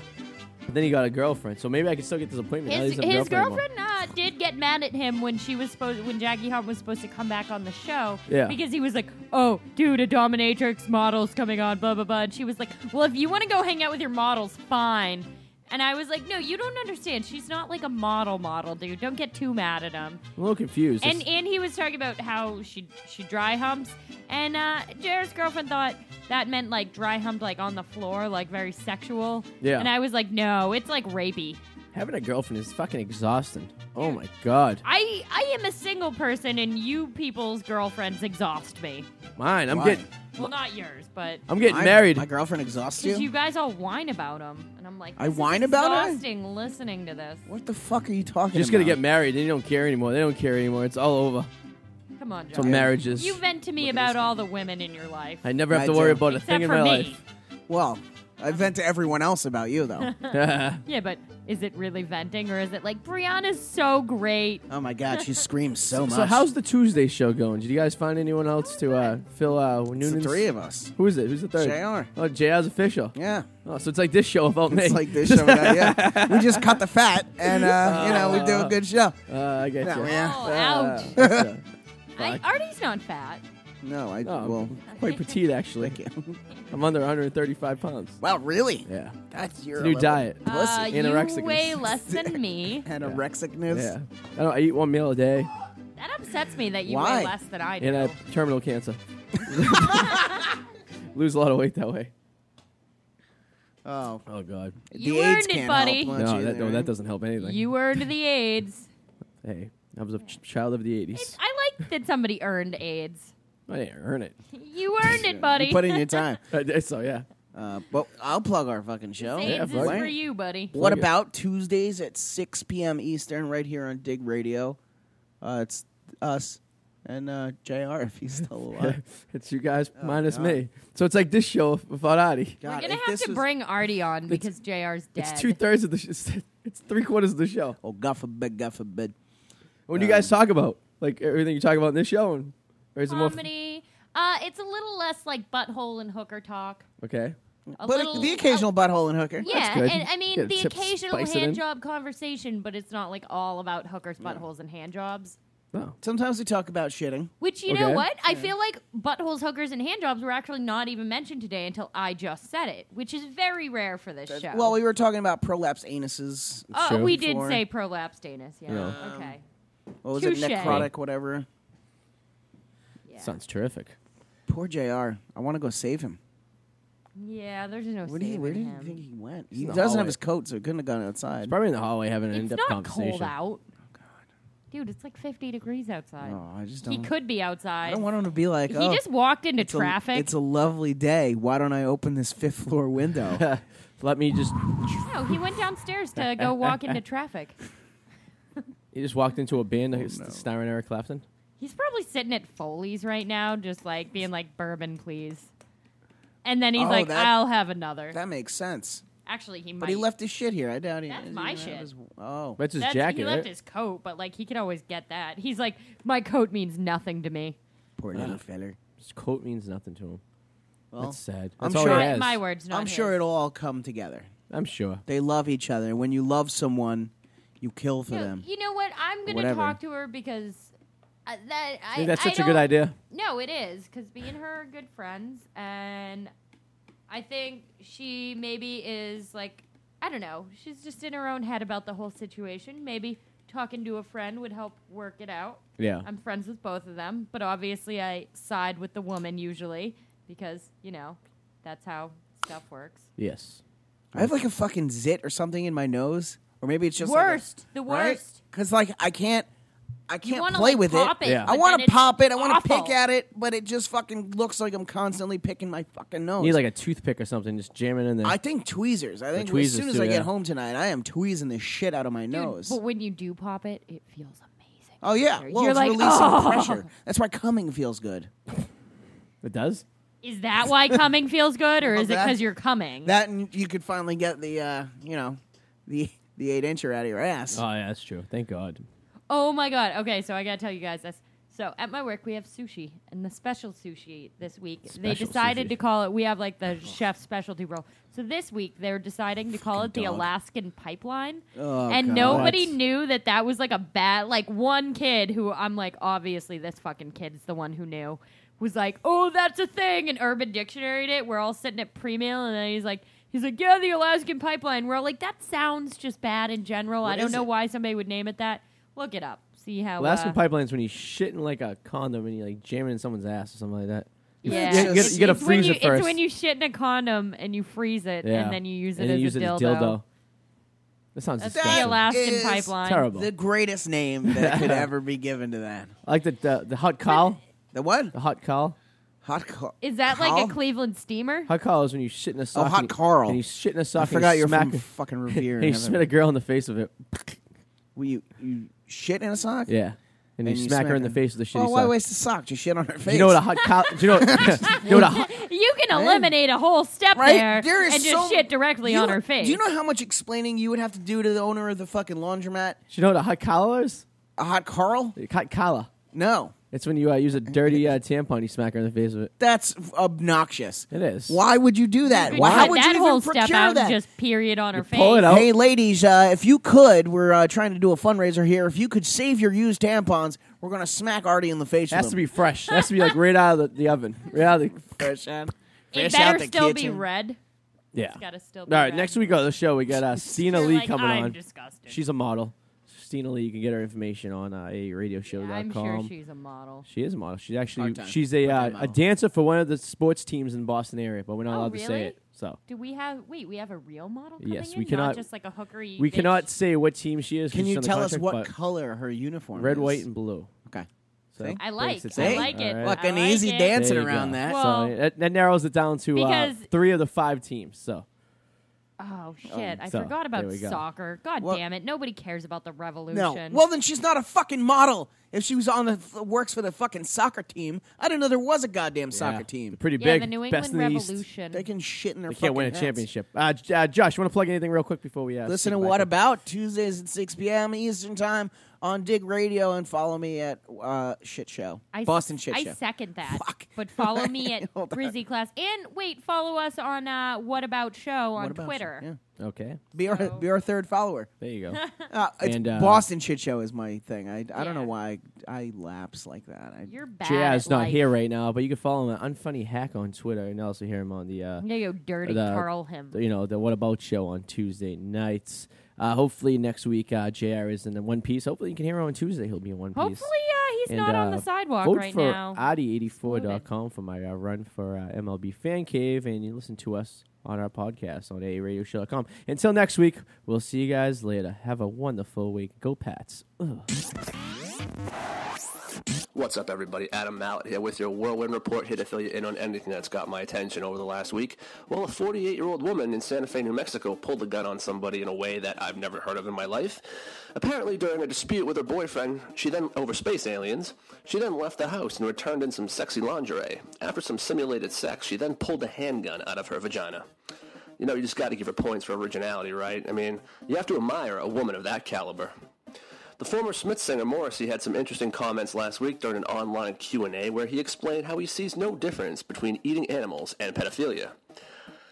Speaker 3: but then he got a girlfriend, so maybe I can still get this appointment. now
Speaker 6: His,
Speaker 3: he's got a
Speaker 6: his
Speaker 3: girlfriend.
Speaker 6: girlfriend uh, did get mad at him when she was supposed when Jackie Hart was supposed to come back on the show.
Speaker 3: Yeah.
Speaker 6: Because he was like, "Oh, dude, a dominatrix model's coming on, blah blah blah." And she was like, "Well, if you want to go hang out with your models, fine." And I was like, "No, you don't understand. She's not like a model model, dude. Don't get too mad at him."
Speaker 3: I'm a little confused.
Speaker 6: And
Speaker 3: It's-
Speaker 6: and he was talking about how she she dry humps, and uh, Jared's girlfriend thought that meant like dry humped like on the floor, like very sexual.
Speaker 3: Yeah.
Speaker 6: And I was like, "No, it's like rapey."
Speaker 3: having a girlfriend is fucking exhausting. Oh my god,
Speaker 6: I I am a single person, and you people's girlfriends exhaust me.
Speaker 3: mine. I'm
Speaker 5: Why?
Speaker 3: getting,
Speaker 6: Well, not yours, but
Speaker 3: I'm getting
Speaker 5: My-
Speaker 3: married.
Speaker 5: My girlfriend exhausts
Speaker 6: because
Speaker 5: Oh, you.
Speaker 6: you guys all whine about them, and I'm like,
Speaker 5: I
Speaker 6: this is
Speaker 5: whine about her?
Speaker 6: Exhausting listening to this.
Speaker 5: What the fuck are you talking?
Speaker 3: You're just gonna
Speaker 5: about?
Speaker 3: get married, and you don't care anymore. They don't care anymore. It's all over.
Speaker 6: Come on,
Speaker 3: So
Speaker 6: Jared.
Speaker 3: marriages.
Speaker 6: You vent to me about all the women in your life,
Speaker 3: I never have
Speaker 5: I
Speaker 3: to worry
Speaker 5: do.
Speaker 3: about a
Speaker 6: except
Speaker 3: thing in
Speaker 6: for
Speaker 3: my
Speaker 6: me.
Speaker 3: life.
Speaker 5: Well, I vent to everyone else about you though.
Speaker 6: Yeah, but is it really venting, or is it like Brianna's so great?
Speaker 5: oh my god, she screams so much.
Speaker 3: so how's the Tuesday show going? Did you guys find anyone else to uh, fill uh,
Speaker 5: It's the
Speaker 3: Noonan's?
Speaker 5: three of us?
Speaker 3: Who is it? Who's the third?
Speaker 5: JR.
Speaker 3: Oh, JR's official.
Speaker 5: Yeah.
Speaker 3: Oh, so it's like this show about me.
Speaker 5: It's like this show. without- yeah. We just cut the fat, and uh, you know we do a good show.
Speaker 3: Uh, I get
Speaker 5: No,
Speaker 3: you.
Speaker 5: yeah.
Speaker 6: Oh, ouch!
Speaker 3: Uh,
Speaker 6: I, Artie's not fat.
Speaker 5: No, I
Speaker 3: no, I'm
Speaker 5: well,
Speaker 3: oh, quite petite actually.
Speaker 5: thank you.
Speaker 3: I'm under 135 pounds.
Speaker 5: Wow, really?
Speaker 3: Yeah,
Speaker 5: That's
Speaker 3: it's
Speaker 5: your
Speaker 3: a new
Speaker 5: level.
Speaker 3: diet.
Speaker 6: Uh, you
Speaker 3: Anorexicus.
Speaker 6: weigh less than me.
Speaker 5: Anorexicness.
Speaker 3: Yeah, I don't. I eat one meal a day,
Speaker 6: That upsets me that you
Speaker 5: Why?
Speaker 6: weigh less than I do.
Speaker 3: and I have terminal cancer. Lose a lot of weight that way.
Speaker 5: Oh,
Speaker 3: Oh God.
Speaker 6: You
Speaker 5: the
Speaker 6: earned
Speaker 5: AIDS
Speaker 6: it,
Speaker 5: can't
Speaker 6: buddy.
Speaker 5: Help much
Speaker 3: No,
Speaker 5: either,
Speaker 3: that, no,
Speaker 5: right?
Speaker 3: that doesn't help anything.
Speaker 6: You earned the AIDS.
Speaker 3: hey, I was a ch- child of the 80s.
Speaker 6: I like that somebody earned AIDS.
Speaker 3: I didn't earn it.
Speaker 6: You earned it, buddy.
Speaker 5: You put in your time.
Speaker 3: I did, so yeah.
Speaker 5: Uh, but I'll plug our fucking show.
Speaker 6: AIDS
Speaker 3: Yeah,
Speaker 6: is
Speaker 3: buddy.
Speaker 6: for you, buddy.
Speaker 5: What
Speaker 3: Plug it.
Speaker 5: about Tuesdays at 6 p.m. Eastern, right here on Dig Radio? Uh, it's us and uh, JR if he's still alive.
Speaker 3: It's you guys minus
Speaker 5: Oh, God.
Speaker 3: me. So it's like this show without Adi.
Speaker 5: God,
Speaker 6: We're
Speaker 5: if
Speaker 6: gonna have
Speaker 5: this
Speaker 6: to
Speaker 5: was-
Speaker 6: bring Artie on because JR's dead.
Speaker 3: It's two thirds of the. Sh- it's three quarters of the show.
Speaker 5: Oh, God forbid, God forbid.
Speaker 3: What do you
Speaker 5: Um,
Speaker 3: guys talk about? Like everything you talk about in this show, and or is it more? f-
Speaker 6: comedy. Uh, it's a little less like butthole and hooker talk.
Speaker 3: okay.
Speaker 6: A
Speaker 5: But
Speaker 6: little, uh, oh,
Speaker 5: the occasional butthole and hooker.
Speaker 6: yeah,
Speaker 3: good.
Speaker 6: and I mean
Speaker 3: Good
Speaker 6: the
Speaker 3: tip,
Speaker 6: occasional
Speaker 3: spice it in.
Speaker 6: hand job conversation, but it's not like all about hookers, buttholes, and hand jobs.
Speaker 3: No.
Speaker 5: Sometimes we talk about shitting.
Speaker 6: Which you know
Speaker 3: Okay.
Speaker 6: what? I feel like buttholes, hookers, and hand jobs were actually not even mentioned today until I just said it, which is very rare for this show.
Speaker 5: Well, we were talking about prolapse anuses.
Speaker 6: Oh,
Speaker 3: True.
Speaker 6: we did
Speaker 5: Before.
Speaker 6: say prolapsed anus. Yeah.
Speaker 3: Yeah.
Speaker 6: Okay.
Speaker 5: What was
Speaker 6: touche.
Speaker 5: it? Necrotic, whatever.
Speaker 6: Yeah.
Speaker 3: Sounds terrific.
Speaker 5: Poor JR. I want to go save him.
Speaker 6: Yeah, there's no
Speaker 5: Where do you,
Speaker 6: saving
Speaker 5: where do you
Speaker 6: him.
Speaker 5: think he went? He
Speaker 3: in the
Speaker 5: doesn't have
Speaker 3: hallway.
Speaker 5: his coat, so he couldn't have gone outside.
Speaker 3: Probably in the hallway having an
Speaker 6: it's
Speaker 3: in-depth
Speaker 6: not
Speaker 3: conversation.
Speaker 6: cold out. Dude, it's like 50 degrees outside.
Speaker 5: Oh, I just
Speaker 6: he
Speaker 5: don't-
Speaker 6: could be outside.
Speaker 5: I don't want him to be like,
Speaker 6: he
Speaker 5: oh,
Speaker 6: just walked into
Speaker 5: a-
Speaker 6: traffic.
Speaker 5: it's a lovely day. Why don't I open this fifth floor window?
Speaker 3: Let me just.
Speaker 6: no, he went downstairs to go walk into traffic.
Speaker 3: He just walked into a
Speaker 5: Oh,
Speaker 3: band like st- starring Eric Clapton.
Speaker 6: He's probably sitting at Foley's right now, just like being like, bourbon, please. And then he's
Speaker 5: Oh,
Speaker 6: like,
Speaker 5: that-
Speaker 6: I'll have another.
Speaker 5: that makes sense.
Speaker 6: Actually, he might.
Speaker 5: But he left his shit here. I doubt he.
Speaker 6: That's
Speaker 5: he
Speaker 6: my
Speaker 5: didn't have
Speaker 6: shit.
Speaker 5: his- oh,
Speaker 3: That's his
Speaker 6: That's-
Speaker 3: jacket.
Speaker 6: he left
Speaker 3: right?
Speaker 6: his coat, but like he could always get that. He's like, my coat means nothing to me.
Speaker 5: poor little feller.
Speaker 3: His coat means nothing to him.
Speaker 5: Well,
Speaker 3: That's sad.
Speaker 5: I'm
Speaker 3: That's all
Speaker 5: sure-
Speaker 3: he
Speaker 6: My-
Speaker 3: Oh, has.
Speaker 6: My words, not
Speaker 5: I'm sure
Speaker 6: his.
Speaker 5: it'll all come together.
Speaker 3: I'm sure.
Speaker 5: They love each other. When you love someone, you kill for
Speaker 6: No,
Speaker 5: them.
Speaker 6: You know what? I'm going to
Speaker 5: Whatever.
Speaker 6: talk to her because uh, that I
Speaker 3: I think that's
Speaker 6: I
Speaker 3: such a good
Speaker 6: don't-
Speaker 3: idea.
Speaker 6: No, it is because me and her are good friends, and I think she maybe is like I don't know. She's just in her own head about the whole situation. Maybe talking to a friend would help work it out.
Speaker 3: Yeah.
Speaker 6: I'm friends with both of them, but obviously I side with the woman usually because you know that's how stuff works.
Speaker 3: yes.
Speaker 5: I have like a fucking zit or something in my nose, or maybe it's just
Speaker 6: worst,
Speaker 5: Like a-
Speaker 6: the
Speaker 5: right?
Speaker 6: worst.
Speaker 5: Cause like I can't, I can't
Speaker 6: wanna,
Speaker 5: play
Speaker 6: like,
Speaker 5: with
Speaker 6: pop it, Yeah.
Speaker 5: I
Speaker 6: but
Speaker 5: want
Speaker 6: then
Speaker 5: to
Speaker 6: it's
Speaker 5: pop it. I want to
Speaker 6: awful.
Speaker 5: pick at it, but it just fucking looks like I'm constantly picking my fucking
Speaker 3: You
Speaker 5: nose.
Speaker 3: need like a toothpick or something, just jam it in there.
Speaker 5: I think tweezers. I
Speaker 3: The
Speaker 5: think
Speaker 3: tweezers
Speaker 5: as soon as
Speaker 3: too,
Speaker 5: I
Speaker 3: yeah.
Speaker 5: get home tonight, I am tweezing the shit out of my nose.
Speaker 6: But when you do pop it, it feels amazing.
Speaker 5: oh yeah, well
Speaker 6: You're
Speaker 5: it's
Speaker 6: like,
Speaker 5: releasing
Speaker 6: "Oh."
Speaker 5: pressure. That's why coming feels good.
Speaker 3: It does.
Speaker 6: Is that why coming feels good, or is it
Speaker 5: Oh, that-
Speaker 6: because you're coming?
Speaker 5: That and you could finally get the uh, you know the the eight incher out of your ass.
Speaker 3: Oh yeah, that's true. Thank God.
Speaker 6: Oh my god. Okay, so I gotta tell you guys this. So at my work we have sushi, and the special sushi this week they
Speaker 3: Special
Speaker 6: decided
Speaker 3: sushi.
Speaker 6: to call it. We have like
Speaker 5: Oh.
Speaker 6: the chef specialty roll. So this week they're deciding to call it the
Speaker 5: dog.
Speaker 6: Alaskan Pipeline,
Speaker 5: Oh,
Speaker 6: and
Speaker 5: God.
Speaker 6: nobody
Speaker 5: What?
Speaker 6: knew that that was like a bad. Like one kid who I'm like, obviously this fucking kid's the one who knew was like, oh, that's a thing, and Urban Dictionary did. it. We're all sitting at pre meal, and then he's like. He's like, yeah, the Alaskan pipeline. We're all like, that sounds just bad in general. I
Speaker 5: What
Speaker 6: don't
Speaker 5: is
Speaker 6: know
Speaker 5: it?
Speaker 6: why somebody would name it that. Look it up. See how.
Speaker 3: Alaskan
Speaker 6: uh,
Speaker 3: pipelines when you shitting like a condom and you like jamming in someone's ass or something like that. You-
Speaker 6: Yeah,
Speaker 3: you, gotta, you gotta
Speaker 6: it's
Speaker 3: freeze
Speaker 6: when you,
Speaker 3: it first.
Speaker 6: It's when you shit in a condom and you freeze it,
Speaker 3: Yeah.
Speaker 6: and then you use it,
Speaker 3: And
Speaker 6: as,
Speaker 3: then
Speaker 6: a
Speaker 3: you use it
Speaker 6: dildo.
Speaker 3: That sounds
Speaker 6: That's
Speaker 3: disgusting.
Speaker 6: the Alaskan
Speaker 5: is
Speaker 6: pipeline.
Speaker 3: Terrible.
Speaker 5: The greatest name that could ever be given to that.
Speaker 3: I like the, the the hot cow.
Speaker 5: The what?
Speaker 3: The hot cow.
Speaker 5: Hot car.
Speaker 6: Is that like
Speaker 5: Carl?
Speaker 6: a Cleveland steamer?
Speaker 3: Oh, Hot cow is when you shit in a sock.
Speaker 5: hot
Speaker 3: and you-
Speaker 5: Carl.
Speaker 3: And you shit in a
Speaker 5: I
Speaker 3: sock.
Speaker 5: forgot
Speaker 3: and you
Speaker 5: you're
Speaker 3: smack
Speaker 5: from fucking Revere.
Speaker 3: And you
Speaker 5: Heather.
Speaker 3: spit a girl in the face of it.
Speaker 5: Will you you shit in a sock?
Speaker 3: Yeah. And, you, smack, her in the face with a shitty
Speaker 5: Oh, why
Speaker 3: sock.
Speaker 5: waste a sock? Just shit on her face.
Speaker 3: Do you know what a hot cow? Do you know? What, you know what a hot?
Speaker 6: You can eliminate a whole step
Speaker 5: Right?
Speaker 6: there,
Speaker 5: There is
Speaker 6: and
Speaker 5: so-
Speaker 6: just shit directly
Speaker 5: You
Speaker 6: on
Speaker 5: know-
Speaker 6: her face.
Speaker 5: Do you know how much explaining you would have to do to the owner of the fucking laundromat?
Speaker 3: Do you know what a hot collar is?
Speaker 5: A hot Carl?
Speaker 3: A Hot collar.
Speaker 5: No,
Speaker 3: It's when you uh, use a dirty uh, tampon. You smack her in the face with it.
Speaker 5: that's obnoxious.
Speaker 3: It is.
Speaker 5: Why would you do that?
Speaker 6: could
Speaker 5: Why
Speaker 6: cut
Speaker 5: would
Speaker 6: that
Speaker 5: you
Speaker 6: whole
Speaker 5: even
Speaker 6: step
Speaker 5: procure
Speaker 6: out
Speaker 5: that?
Speaker 6: and just period on her face?
Speaker 3: pull it out.
Speaker 5: Hey, ladies, uh, if you could, we're uh, trying to do a fundraiser here. If you could save your used tampons, we're gonna smack Artie in the face.
Speaker 3: It has to be fresh. It has to be like right out of the, the oven. Right out of the.
Speaker 5: fresh. It
Speaker 6: It better still be red.
Speaker 3: Yeah.
Speaker 6: It's gotta still be
Speaker 3: All right.
Speaker 6: red.
Speaker 3: Next week on the show, we got uh, Stina
Speaker 6: You're
Speaker 3: Lee
Speaker 6: like,
Speaker 3: coming
Speaker 6: I'm
Speaker 3: on.
Speaker 6: disgusted.
Speaker 3: She's a model. Stina Lee. You can get her information on uh, a radioshow.com.
Speaker 6: I'm sure she's a model.
Speaker 3: She is a model. She's actually
Speaker 5: Part-time.
Speaker 3: she's a
Speaker 5: Part-time
Speaker 3: uh, a
Speaker 5: model.
Speaker 3: dancer for one of the sports teams in the Boston area, but we're not
Speaker 6: Oh,
Speaker 3: allowed to say
Speaker 6: really?
Speaker 3: it. So
Speaker 6: Do we have? Wait, we have a real model. Coming
Speaker 3: Yes,
Speaker 6: in?
Speaker 3: we
Speaker 6: Not
Speaker 3: cannot-
Speaker 6: just like a hookery.
Speaker 3: we
Speaker 6: bitch?
Speaker 3: cannot say what team she is. 'cause
Speaker 5: Can
Speaker 3: she's
Speaker 5: you
Speaker 3: on the
Speaker 5: tell us
Speaker 3: contract, but
Speaker 5: what color her uniform?
Speaker 3: red,
Speaker 5: is?
Speaker 3: white, and blue.
Speaker 5: Okay.
Speaker 3: So
Speaker 5: See?
Speaker 3: that
Speaker 6: I
Speaker 3: breaks
Speaker 6: like.
Speaker 3: it
Speaker 6: I
Speaker 5: Hey,
Speaker 3: down.
Speaker 6: like it.
Speaker 3: All right.
Speaker 5: Look,
Speaker 6: I
Speaker 5: an
Speaker 6: like
Speaker 5: easy
Speaker 6: it.
Speaker 5: dance
Speaker 3: There you
Speaker 5: around
Speaker 3: go.
Speaker 5: that.
Speaker 6: Well-
Speaker 3: so that, that narrows it down to uh,
Speaker 6: Because-
Speaker 3: three of the five teams. So
Speaker 6: Oh shit! I
Speaker 3: so,
Speaker 6: forgot
Speaker 3: there
Speaker 6: about
Speaker 3: we go.
Speaker 6: soccer. God
Speaker 5: Well-
Speaker 6: damn it! Nobody cares about the
Speaker 5: No.
Speaker 6: revolution.
Speaker 5: Well, then she's not a fucking model. If she was on the f- works for the fucking soccer team, I didn't know there was a goddamn
Speaker 3: yeah,
Speaker 5: soccer team.
Speaker 3: they're pretty
Speaker 6: yeah,
Speaker 3: big,
Speaker 6: the New
Speaker 3: best
Speaker 6: England
Speaker 3: in the East.
Speaker 6: Revolution.
Speaker 5: They can shit in their.
Speaker 3: They can't win a
Speaker 5: fucking pants.
Speaker 3: championship. Uh, J- uh, Josh, you want to plug anything real quick before we uh,
Speaker 5: Listen
Speaker 3: sneak
Speaker 5: to
Speaker 3: back
Speaker 5: What
Speaker 3: in?
Speaker 5: About Tuesdays at 6 p.m. Eastern Time on Dig Radio and follow me at uh, Shit Show.
Speaker 6: I,
Speaker 5: Boston Shit
Speaker 6: I
Speaker 5: Show.
Speaker 6: second that.
Speaker 5: Fuck.
Speaker 6: But follow me at
Speaker 5: Hold on.
Speaker 6: Brizzy Class. And wait, follow us on uh, What About Show on
Speaker 5: What about
Speaker 6: Twitter.
Speaker 5: you? Yeah.
Speaker 3: Okay,
Speaker 5: Be, our, be our third follower.
Speaker 3: there you go.
Speaker 5: Uh, it's
Speaker 3: And, uh,
Speaker 5: Boston Shit Show is my thing. I, I don't know
Speaker 6: Yeah.
Speaker 5: why I, I lapse like that. I,
Speaker 6: You're bad.
Speaker 3: Jazz
Speaker 6: at
Speaker 3: not
Speaker 6: life.
Speaker 3: here right now, but you can follow him at Unfunny Hack on Twitter, and also hear him on the uh,
Speaker 6: I'm gonna go dirty
Speaker 3: The-
Speaker 6: Carl him.
Speaker 3: the- you know the What About show on Tuesday nights. Uh, hopefully next week uh, Jr is in the One Piece. Hopefully you can hear him on Tuesday. He'll be in One
Speaker 6: Hopefully,
Speaker 3: Piece.
Speaker 6: uh, he's
Speaker 3: And,
Speaker 6: not on
Speaker 3: uh,
Speaker 6: the sidewalk
Speaker 3: Vote
Speaker 6: right
Speaker 3: for
Speaker 6: now.
Speaker 3: Audi84.com for my uh, run for uh, MLB Fan Cave, and you listen to us on our podcast on aaradioshow.com. Until next week, we'll see you guys later. Have a wonderful week. Go Pats. Ugh.
Speaker 9: What's up, everybody? Adam Mallett here with your whirlwind report here to fill you in on anything that's got my attention over the last week. Well, a 48 year old woman in Santa Fe, New Mexico pulled a gun on somebody in a way that I've never heard of in my life. Apparently, during a dispute with her boyfriend, she then, over space aliens, she then left the house and returned in some sexy lingerie. After some simulated sex, she then pulled a handgun out of her vagina. You know, you just gotta give her points for originality, right? I mean, you have to admire a woman of that caliber. The former Smith singer Morrissey had some interesting comments last week during an online Q&A where he explained how he sees no difference between eating animals and pedophilia.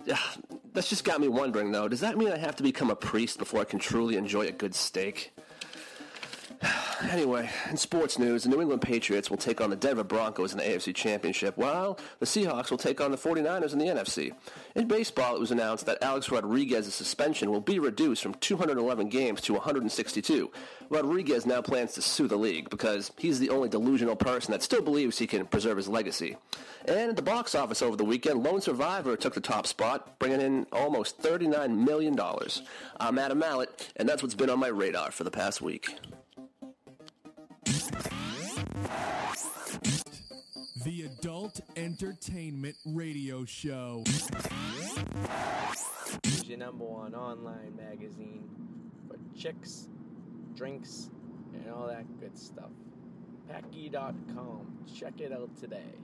Speaker 9: Yeah, That's just got me wondering though, does that mean I have to become a priest before I can truly enjoy a good steak? Anyway, in sports news, the New England Patriots will take on the Denver Broncos in the AFC Championship, while the Seahawks will take on the 49ers in the NFC. In baseball, it was announced that Alex Rodriguez's suspension will be reduced from 211 games to 162. Rodriguez now plans to sue the league because he's the only delusional person that still believes he can preserve his legacy. And at the box office over the weekend, Lone Survivor took the top spot, bringing in almost $39 million. I'm Adam Mallett, and that's what's been on my radar for the past week.
Speaker 1: The Adult Entertainment Radio Show.
Speaker 3: It's your number one online magazine for chicks, drinks, and all that good stuff. Packy.com. Check it out today.